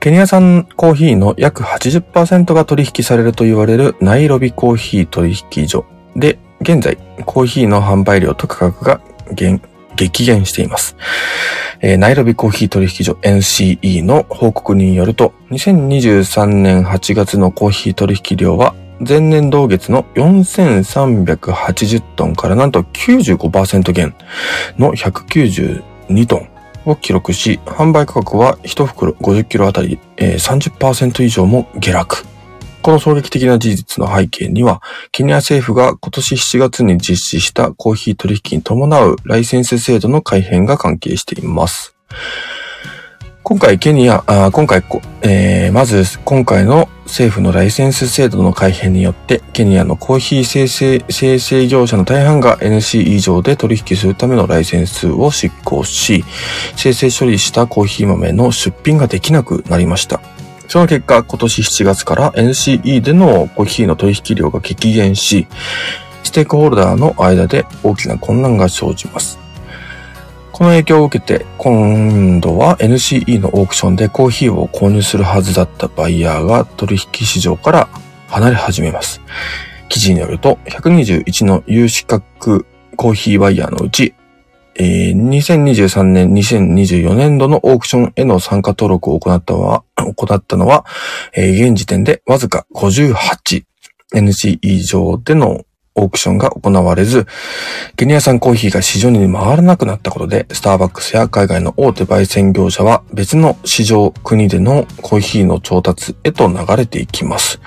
S1: ケニア産コーヒーの約80%が取引されると言われるナイロビコーヒー取引所で、現在、コーヒーの販売量と価格が減激減しています。えーナイロビコーヒー取引所 NCE の報告によると、2023年8月のコーヒー取引量は、前年同月の4380トンからなんと95%減の192トンを記録し、販売価格は1袋50キロあたり、えー30%以上も下落。この衝撃的な事実の背景には、ケニア政府が今年7月に実施したコーヒー取引に伴うライセンス制度の改変が関係しています。今回ケニア、あー今回こ、えーまず今回の政府のライセンス制度の改変によって、ケニアのコーヒー生成生成業者の大半が NC 以上で取引するためのライセンスを執行し、生成処理したコーヒー豆の出品ができなくなりました。その結果、今年7月から NCE でのコーヒーの取引量が激減し、ステークホルダーの間で大きな混乱が生じます。この影響を受けて、今度は NCE のオークションでコーヒーを購入するはずだったバイヤーが取引市場から離れ始めます。記事によると、121の有資格コーヒーバイヤーのうち、えー2023年、2024年度のオークションへの参加登録を行ったのは、行ったのは、えー現時点でわずか 58NCE 上でのオークションが行われず、ケニア産コーヒーが市場に回らなくなったことで、スターバックスや海外の大手焙煎業者は別の市場、国でのコーヒーの調達へと流れていきます。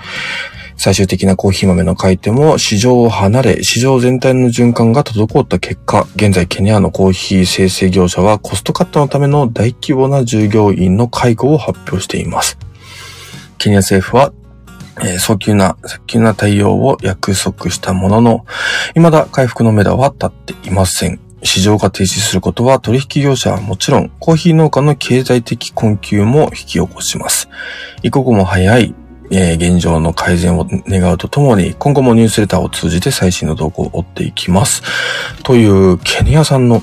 S1: 最終的なコーヒー豆の買い手も市場を離れ、市場全体の循環が滞った結果、現在ケニアのコーヒー生成業者はコストカットのための大規模な従業員の解雇を発表しています。ケニア政府はえー早急な、早急な対応を約束したものの、未だ回復の目処は立っていません。市場が停止することは取引業者はもちろん、コーヒー農家の経済的困窮も引き起こします。一刻も早い、えー現状の改善を願うとともに、今後もニュースレターを通じて最新の動向を追っていきます。という、ケニア産の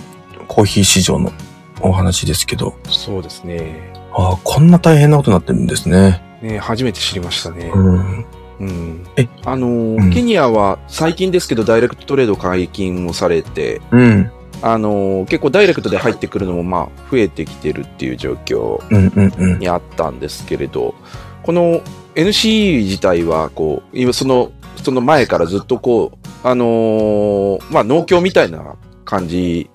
S1: コーヒー市場のお話ですけど、
S2: そうですね。
S1: ああ、こんな大変なことになってるんですね。
S2: ね初めて知りましたね。
S1: うん。
S2: うん。
S1: え
S2: あのー
S1: うん
S2: ケニアは最近ですけど、ダイレクトトレード解禁もされて、
S1: うん。
S2: あのー結構ダイレクトで入ってくるのも、まあ、増えてきてるっていう状況
S1: うんうんうん。
S2: にあったんですけれど、この NCE 自体は、こう、今その、その前からずっとこう、あのーまあ、農協みたいな感じ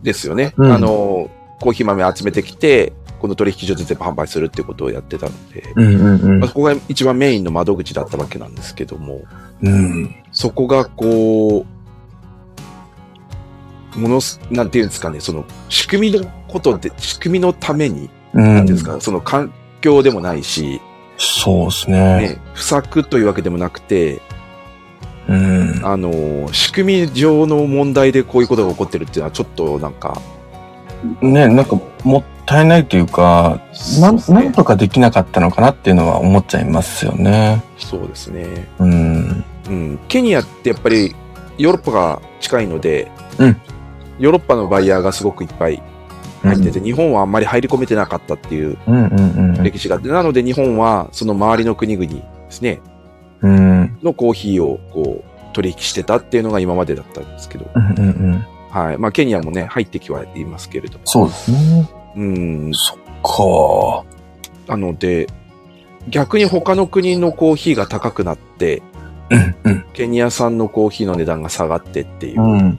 S2: ですよね。
S1: うん
S2: あのーコーヒー豆集めてきて、この取引所で全部販売するっていうことをやってたので、
S1: うんうん
S2: まあ、そこが一番メインの窓口だったわけなんですけども、
S1: うん。うん。
S2: そこがこう、ものす、なんていうんですかね、その、仕組みのことで、仕組みのために、
S1: な
S2: なんていうんですか、その環境でもないし、
S1: そうですね。
S2: ね、不作というわけでもなくて、
S1: うん。
S2: あの、仕組み上の問題でこういうことが起こってるっていうのはちょっとなんか、
S1: ね、なんかもったいないというか、な
S2: そうんですね
S1: なんとかできなかったのかなっていうのは思っちゃいますよね。
S2: そうですね。
S1: うん。
S2: うん。ケニアってやっぱりヨーロッパが近いので、
S1: うん
S2: ヨーロッパのバイヤーがすごくいっぱい入ってて、日本はあんまり入り込めてなかったっていう
S1: うんうんうん。
S2: 歴史があって、なので日本はその周りの国々ですね、
S1: うん。うん
S2: のコーヒーをこう取引してたっていうのが今までだったんですけど、
S1: うんうん。
S2: はい。まあケニアもね、入ってきはいますけれども。
S1: そうですね。
S2: うん。
S1: そっか。
S2: なので、逆に他の国のコーヒーが高くなって、
S1: うんうん。
S2: ケニア産のコーヒーの値段が下がってっていう
S1: うん。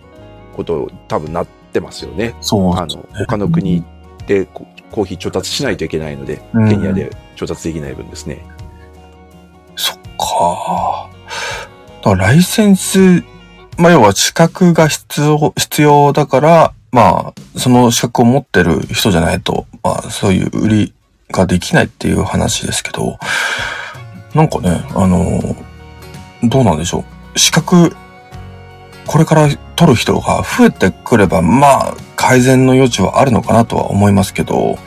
S2: ことを多分なってますよね。
S1: そう。
S2: あの、他の国でココーヒー調達しないといけないので、
S1: うん
S2: ケニアで調達できない分ですね。
S1: そっか。だからライセンス、まあ、要は資格が必要、必要だから、まあ、その資格を持ってる人じゃないと、まあ、そういう売りができないっていう話ですけど、なんかね、あの、どうなんでしょう。資格、これから取る人が増えてくれば、まあ、改善の余地はあるのかなとは思いますけど、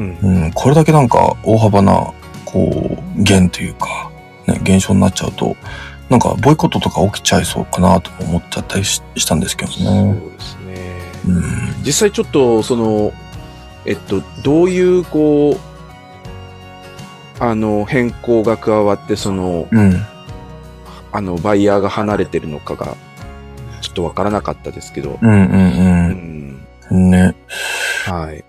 S2: うん。
S1: うん、これだけなんか大幅な、こう、減というか、ね、減少になっちゃうと、なんかボイコットとか起きちゃいそうかなとも思っちゃったりししたんですけどね。
S2: そうですね。
S1: うん。
S2: 実際ちょっと、その、えっと、どういう、こう、あの、変更が加わって、その、
S1: うん。
S2: あの、バイヤーが離れてるのかが、ちょっとわからなかったですけど、
S1: うん
S2: う
S1: うん
S2: ん、
S1: うん。ね。
S2: はい。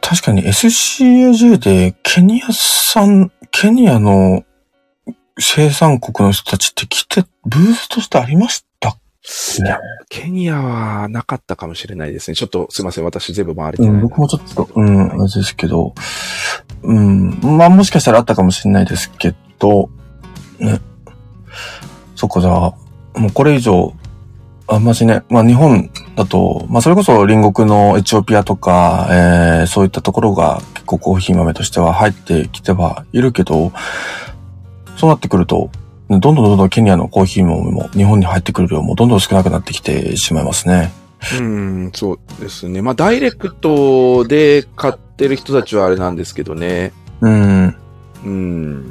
S1: 確かに SCAJ でケニア産、ケニアの生産国の人たちって来て、ブースとしてありましたっけね。
S2: ケニアはなかったかもしれないですね。ちょっとすいません。私全部回れて
S1: う
S2: ない、
S1: ん、僕もちょっと、うん、あれですけど、うん、まあもしかしたらあったかもしれないですけど、ね。そっか、じゃあ、もうこれ以上、あんましね、まあ日本だと、まあそれこそ隣国のエチオピアとか、えーそういったところが結構コーヒー豆としては入ってきてはいるけど、そうなってくると、ねどんどんどんどんケニアのコーヒー豆も日本に入ってくる量もどんどん少なくなってきてしまいますね。
S2: うん、そうですね。まあ、ダイレクトで買ってる人たちはあれなんですけどね。
S1: うん。
S2: うん。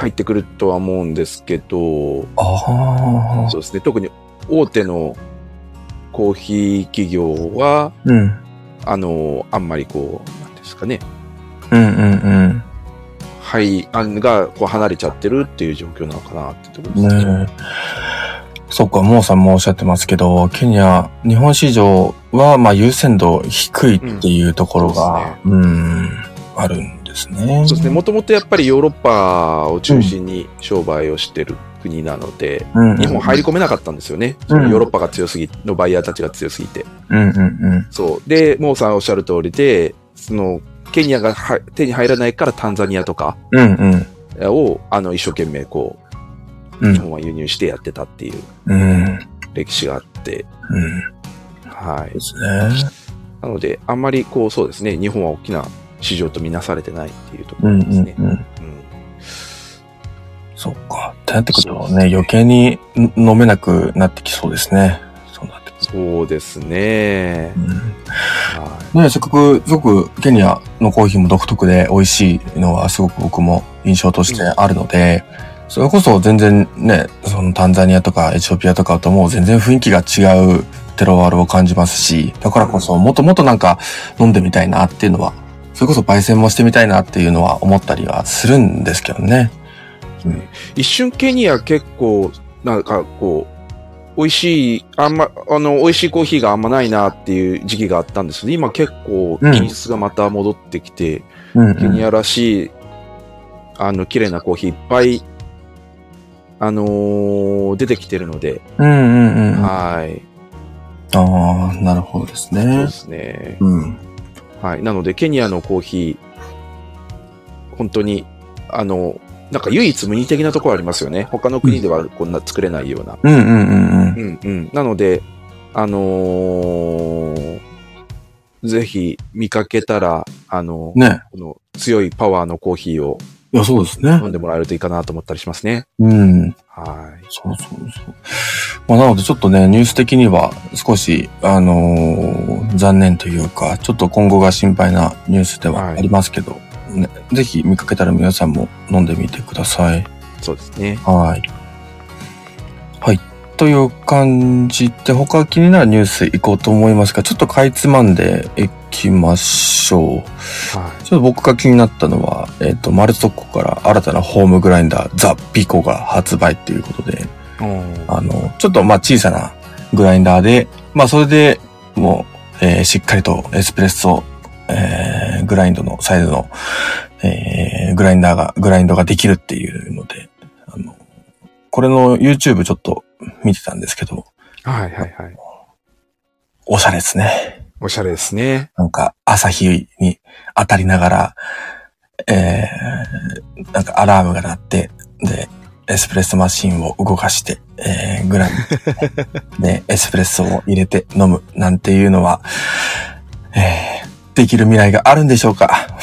S2: 入ってくるとは思うんですけど、
S1: ああ。
S2: そうですね。特に大手のコーヒー企業は、
S1: うん。
S2: あの、あんまりこう、なんですかね。
S1: うんうん
S2: はい、あんがこう離れちゃってるっていう状況なのかなってところ
S1: う
S2: ですね。
S1: ん。ねえ。そっか、モーさんもおっしゃってますけど、ケニア、日本市場は、まあ、優先度低いっていうところが、うん、あるんですね。
S2: そうですね。もともとやっぱりヨーロッパを中心に商売をしてる国なので、
S1: うん、
S2: 日本入り込めなかったんですよね。そのヨーロッパが強すぎ、のバイヤーたちが強すぎて。
S1: うんうんうん。
S2: そう。で、モーさんおっしゃる通りで、その、ケニアがは手に入らないからタンザニアとか
S1: うんうん。
S2: を、あの、一生懸命こ
S1: う
S2: う、
S1: ん
S2: 日本は輸入してやってたっていう
S1: うん。
S2: 歴史があって、
S1: うん。
S2: はい
S1: で。すね。
S2: なので、あんまりこう、そうですね、日本は大きな市場とみなされてないっていうとこ
S1: う
S2: ろ
S1: ん
S2: です
S1: う
S2: ね。
S1: んうん。
S2: うん
S1: そっか。ってなってくるとね、余計にん飲めなくなってきそうですね。そうなってくる
S2: そうですね。
S1: と。うん
S2: は
S1: ね、せっかく、すごくケニアのコーヒーも独特で美味しいのはすごく僕も印象としてあるので、それこそ全然ね、そのタンザニアとかエチオピアとかともう全然雰囲気が違うテロワールを感じますし、だからこそもっともっとなんか飲んでみたいなっていうのは、それこそ焙煎もしてみたいなっていうのは思ったりはするんですけどね。
S2: い、一瞬ケニア結構、なんかこう、美味しい、あんま、あの、美味しいコーヒーがあんまないなっていう時期があったんですけど、今結構
S1: うん
S2: 品質がまた戻ってきて、
S1: うん、
S2: ケニ
S1: ア。
S2: アらしい、あの、綺麗なコーヒーいっぱい、あのー出てきてるので、
S1: うんうんうん。あ
S2: はい。
S1: あー、なるほどです
S2: そう
S1: ね
S2: で。すね。
S1: うん。
S2: はい。なので、ケニアのコーヒー、本当に、あの、なんか唯一無二的なところありますよね。他の国ではこんな作れないような。
S1: うんうんうんうん。
S2: うんうん。なので、あのーぜひ見かけたら、あの、
S1: ね。
S2: この強いパワーのコーヒーを
S1: いや、そうですね
S2: 飲。んでもらえるといいかなと思ったりしますね。
S1: うん。
S2: はい。
S1: そうそうそう。まあ、なのでちょっとね、ニュース的には少し、あのー残念というか、ちょっと今後が心配なニュースではあ
S2: はい
S1: りますけど、ね、ぜひ見かけたら皆さんも飲んでみてください。
S2: そうですね。
S1: はい。はい。という感じで、他気になるニュース行こうと思いますが、ちょっとかいつまんでいきましょう。
S2: はい。
S1: ちょっと僕が気になったのは、えっ、と、マルツトッコから新たなホームグラインダー、ザ・ピコが発売っていうことで、あの、ちょっとまあ小さなグラインダーで、まあそれでもう、えーしっかりとエスプレッソ、えーグラインドのサイズの、えーグラインダーが、グラインドができるっていうので、あの、これの YouTube ちょっと見てたんですけど、
S2: はいはいはい。
S1: おしゃれですね。
S2: おしゃれですね。
S1: なんか朝日に当たりながら、えーなんかアラームが鳴って、で、エスプレッソマシンを動かして、えー、グラムで、エスプレッソを入れて飲むなんていうのは、えーできる未来があるんでしょうか。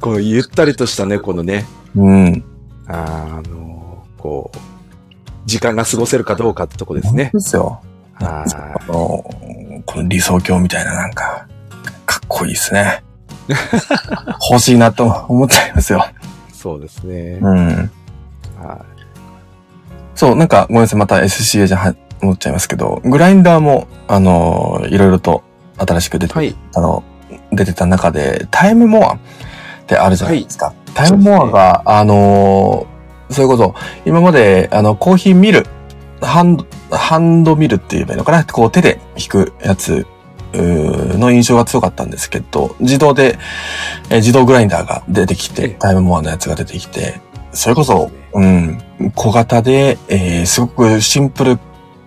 S2: このゆったりとしたね、このね、
S1: うん。
S2: あの、こう、時間が過ごせるかどうかってとこですね。
S1: ですよ。
S2: は
S1: あの、この理想郷みたいななんか、かっこいいですね。欲しいなと思っちゃいますよ。
S2: い。そうですね。
S1: うん。
S2: は
S1: そう、なんか、ごめんなさい、また SCA じゃは戻っちゃいますけど、グラインダーも、あのーいろいろと新しく出て、
S2: い。はい。
S1: あの、出てた中で、タイムモアってあるじゃないですか。タイムモア
S2: そうです
S1: が、あのーそれこそ、今まで、あの、コーヒーミル、ハンド、ハンドミルって言えばいいのかなこう手で引くやつうーの印象が強かったんですけど、自動で、えー自動グラインダーが出てき
S2: え
S1: て
S2: え、
S1: タイムモアのやつが出てきて、それこそ、うん、小型で、えーすごくシンプル、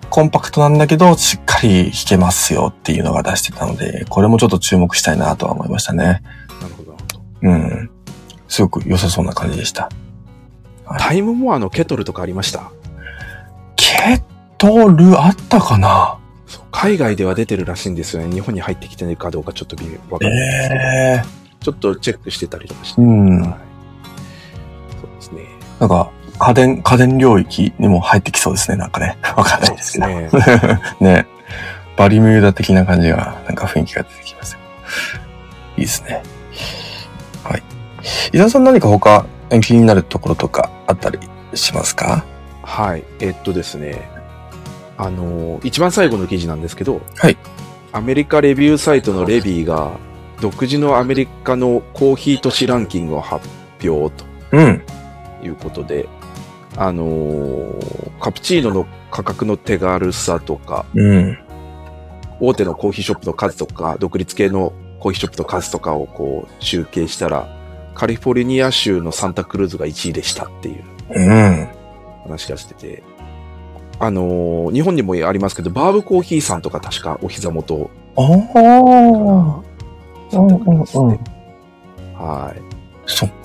S1: コンパクトなんだけど、しっかり弾けますよっていうのが出してたので、これもちょっと注目したいなとは思いましたね。
S2: なるほど。
S1: うん。すごく良さそうな感じでした。
S2: タイムモアのケトルとかありました。
S1: ケトルあったかな
S2: そう海外では出てるらしいんですよね。日本に入ってきてるかどうかちょっと微妙わかんないですけど、
S1: ええ
S2: ちょっとチェックしてたりとかして。
S1: うん
S2: はい、そうですね。
S1: なんか、家電、家電領域にも入ってきそうですね、なんかね。わかんないですけど。
S2: ね。
S1: ね。バリミューダ的な感じが、なんか雰囲気が出てきますよ。いいですね。はい。伊沢さん何か他え気になるところとかあったりしますか
S2: はい。えっとですね。あのー、一番最後の記事なんですけど、
S1: はい。
S2: アメリカレビューサイトのレビーが、独自のアメリカのコーヒー都市ランキングを発表と
S1: うん。
S2: いうことで、あのーカプチーノの価格の手軽さとか、
S1: うん。
S2: 大手のコーヒーショップの数とか、独立系のコーヒーショップの数とかをこう集計したら、カリフォルニア州のサンタクルーズが1位でしたっていう
S1: うん。
S2: 話がしてて、あのー日本にもありますけど、バーブコーヒーさんとか確かお膝元から
S1: ああ。
S2: サンタクルーズ
S1: うんうんう
S2: で
S1: ん
S2: はい。
S1: そっか。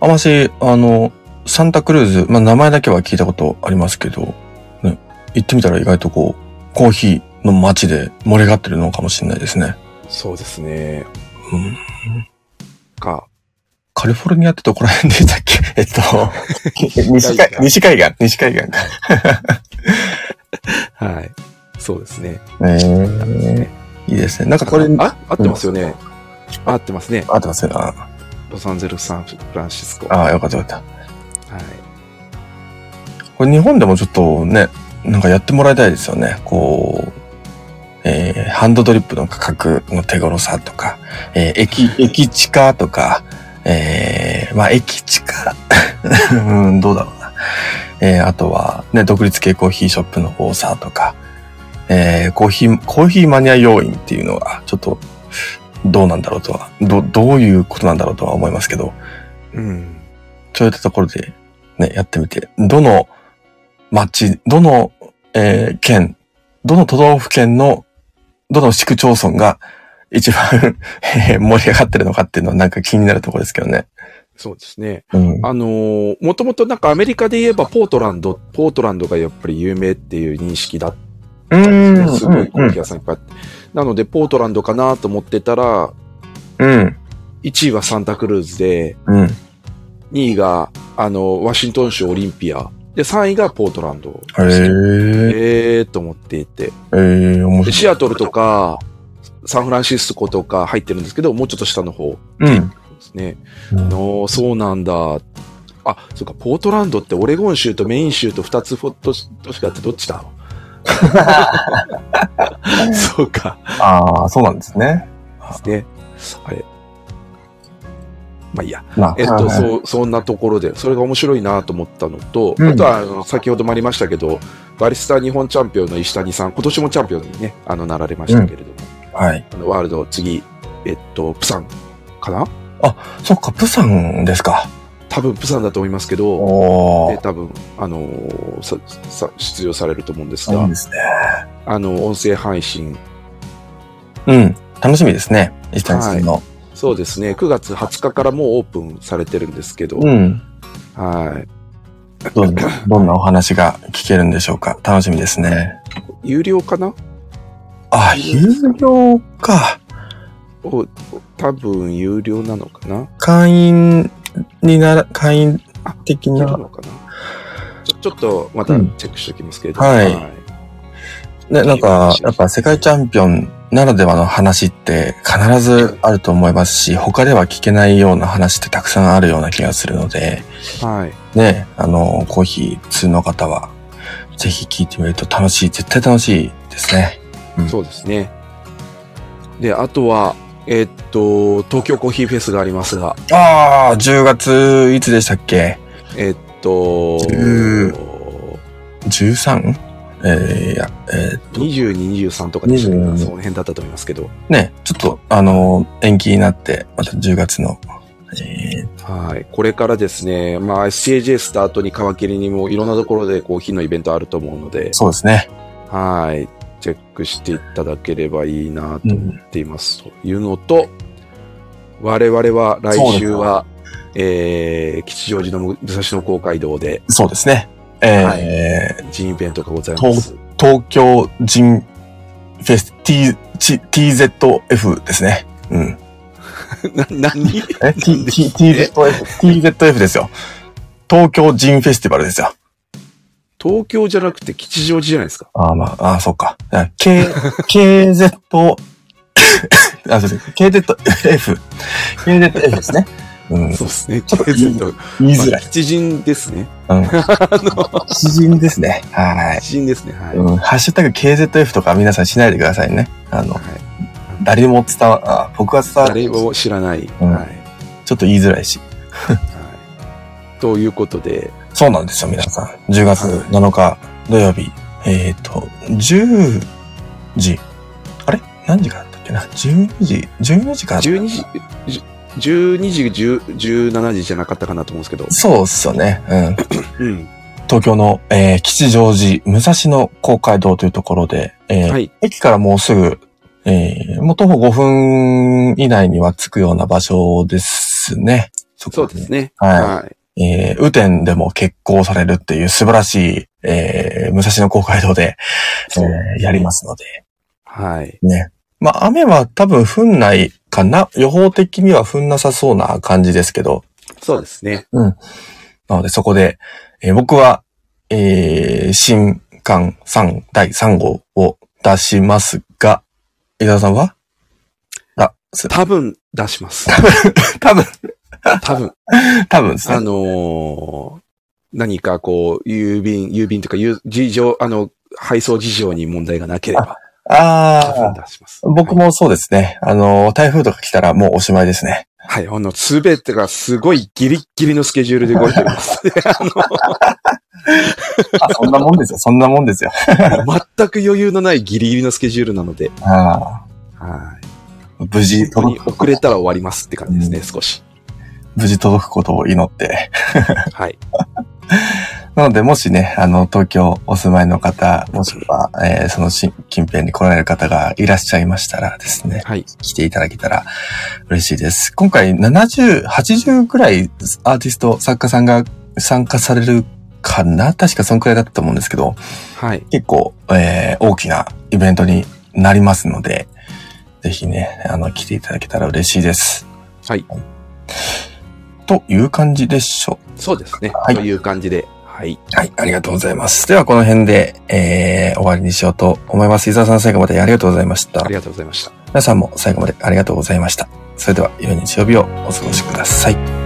S1: あまし、あの、サンタクルーズ、まあ、名前だけは聞いたことありますけど、ね、行ってみたら意外とこう、コーヒーの街で盛り上がってるのかもしれないですね。
S2: そうですね。
S1: うん。
S2: か、
S1: カリフォルニアってどこら辺でしたっ けえっと、西海西海岸、西海岸か。
S2: はい。そうですね。
S1: えいいですね。なんかこれ、
S2: あ、合ってますよね。合ってますね。
S1: 合ってますよ。あ
S2: ロサンゼルス、サンフランシスコ。はい。
S1: あー、よかったよかった。これ日本でもちょっとね、なんかやってもらいたいですよね。こう、えーハンドドリップの価格の手頃さとか、えー駅、駅地下とか、えーまあ駅地下、 うん、どうだろうな。えーあとは、ね、独立系コーヒーショップの多さとか、えーコーヒー、コーヒーマニア要員っていうのは、ちょっと、どうなんだろうとは、ど、どういうことなんだろうとは思いますけど、
S2: うん。
S1: そういったところで、ね、やってみて、どの町、どの、えー県、どの都道府県の、どの市区町村が一番 えー盛り上がってるのかっていうのはなんか気になるところですけどね。
S2: そうですね。
S1: うん。
S2: あのー、もともとなんかアメリカで言えばポートランド、ポートランドがやっぱり有名っていう認識だったんですね。すごいコーヒー屋さんいっぱいあって。なので、ポートランドかなと思ってたら、
S1: うん。
S2: 1位はサンタクルーズで、
S1: うん。
S2: 2位が、あの、ワシントン州オリンピア。で、3位がポートランド。
S1: へえ、
S2: えーと思っていて。
S1: えー、面
S2: で
S1: 白い。
S2: シアトルとか、サンフランシスコとか入ってるんですけど、もうちょっと下の方
S1: うん。
S2: ですね。のそうなんだ。あ、そうか、ポートランドってオレゴン州とメイン州と2つフォットし都市があってどっちだろ うそうか。
S1: ああ、そうなんですね。
S2: ですね。あれ。まあいいや。
S1: まあ、
S2: えっと、
S1: う。
S2: そう、そんなところで、それが面白いなと思ったのと、
S1: うん
S2: あとは、あの、先ほどもありましたけど、バリスタ日本チャンピオンの石谷さん、今年もチャンピオンにね、あの、なられましたけれども、
S1: はい。
S2: あのワールド、次、えっと、プサンかな
S1: そっか、プサンですか。
S2: 多分、プサンだと思いますけど、
S1: お
S2: で、
S1: ー。
S2: 多分、あのーさ、さ、出場されると思うんです
S1: そう
S2: が
S1: で、すね。
S2: あの、音声配信、
S1: うん。楽しみですね。石谷さんの。
S2: そうですね、9月20日からもうオープンされてるんですけど、
S1: うん。
S2: はい。
S1: どうどんなお話が聞けるんでしょうか楽しみですね。
S2: 有料かな
S1: あ、有料か。
S2: お多分、有料なのかな
S1: 会員になら、会員的
S2: いける
S1: な、
S2: のかなちょちょっとまた
S1: うん
S2: チェックしておきますけれど、
S1: はいね、なんか、やっぱ世界チャンピオンならではの話って必ずあると思いますし、他では聞けないような話ってたくさんあるような気がするので、
S2: はい。
S1: ね、あの、コーヒー通の方は、ぜひ聞いてみると楽しい、絶対楽しいですね。
S2: そうですね。で、あとは、えっと、東京コーヒーフェスがありますが、
S1: ああ、10月、いつでしたっけ
S2: えっと、
S1: うん 13? えー、いや、えー
S2: 22、23とかでしたっけ
S1: 22
S2: ど、その辺だったと思いますけど、
S1: ね、ちょっと、あのー延期になって、また10月の、えー
S2: はい。これからですね、まあ、SCAJ スタートに皮切りにもいろんなところでコーヒーのイベントあると思うので、
S1: そうですね。
S2: はい。チェックしていただければいいなと
S1: うん。
S2: っていますというのと、我々は来週は、えー、吉祥寺の武蔵野公会堂で
S1: そうですね。えー
S2: はい
S1: えー
S2: 人イベントがございます。
S1: 東京人フェス T、T、TZF ですね。うん。
S2: な、何
S1: え、T、T、TZF、TZF ですよ。東京人フェスティバルですよ。
S2: 東京じゃなくて吉祥寺じゃないですか。
S1: ああ、まあ、ああ、そうか。あ K、KZ、あ、そうです KZF。KZF ですね。うん。
S2: そうです ね。
S1: ちょっと
S2: 吉祥寺
S1: 言いづらい。
S2: 吉人ですね。
S1: 詩人ですね。はい。
S2: 吉人ですね。はい。
S1: うん、ハッシュタグ KZF とか皆さんしないでくださいね。あの、
S2: はい
S1: 誰も伝わ、あ、僕は伝わる。
S2: 誰も知らない。
S1: うん
S2: はい。
S1: ちょっと言いづらいし。
S2: はいということで、
S1: そうなんですよ、皆さん。10月7日土曜日。えっ、と、10時。あれ何時からだったっけな ?12 時、12時からだった
S2: 12時、12時、10 17時じゃなかったかなと思うんですけど、
S1: そうっすよね。うん。
S2: うん。
S1: 東京の、えー吉祥寺、武蔵野公会堂というところで、えー
S2: はい
S1: 駅からもうすぐ、えーもう徒歩5分以内には着くような場所ですね。そ
S2: そうです
S1: ね。
S2: ね。
S1: はい
S2: はい。
S1: えー雨天でも結構されるっていう素晴らしい、えー武蔵野公会堂で、えー
S2: そうですね
S1: やりますので、
S2: はい。
S1: ね。まあ、雨は多分降んないかな。予報的には降んなさそうな感じですけど、
S2: そうですね。
S1: なので、そこで、えー僕は、えー、新刊3、第3号を出しますが、伊沢さんはあ、す
S2: 多分出 します。
S1: 多分、
S2: 多分。
S1: 多分です
S2: あ
S1: ね。
S2: のー何かこう、郵便、郵便とか、ゆ事情、あの、配送事情に問題がなければ、多
S1: あ
S2: 分
S1: あ、
S2: 出します。
S1: 僕もそうですね。あの、台風とか来たらもうおしまいですね。
S2: はい、あの、すべてがすごいギリッギリのスケジュールで動いてお ります。
S1: あ、そんなもんですよ。そんなもんですよ。
S2: 全く余裕のないギリギリのスケジュールなので、
S1: あ
S2: はい。
S1: ー無事
S2: 本当に
S1: 届く、
S2: 遅れたら終わりますって感じで すね、
S1: う
S2: 少し。
S1: 無事届くことを祈って。
S2: はい。
S1: なので、もしね、あの、東京お住まいの方、もしくは、えーそのし近辺に来られる方がいらっしゃいましたらですね、
S2: はい。
S1: 来ていただけたら嬉しいです。今回70、80くらいアーティスト、作家さんが参加されるかな確かそのくらいだったと思うんですけど、
S2: はい。
S1: 結構、えー大きなイベントになりますので、ぜひね、あの、来ていただけたら嬉しいです。
S2: はい。
S1: という感じでしょ
S2: そうですね。
S1: はい
S2: という感じで、はい。
S1: う。はい、ありがとうございます。では、この辺で、えー終わりにしようと思います。伊沢さん最後までありがとうございました
S2: あり。がとうございました。
S1: 皆さんも最後までありがとうございました。それでは、良い日曜日をお過ごしください。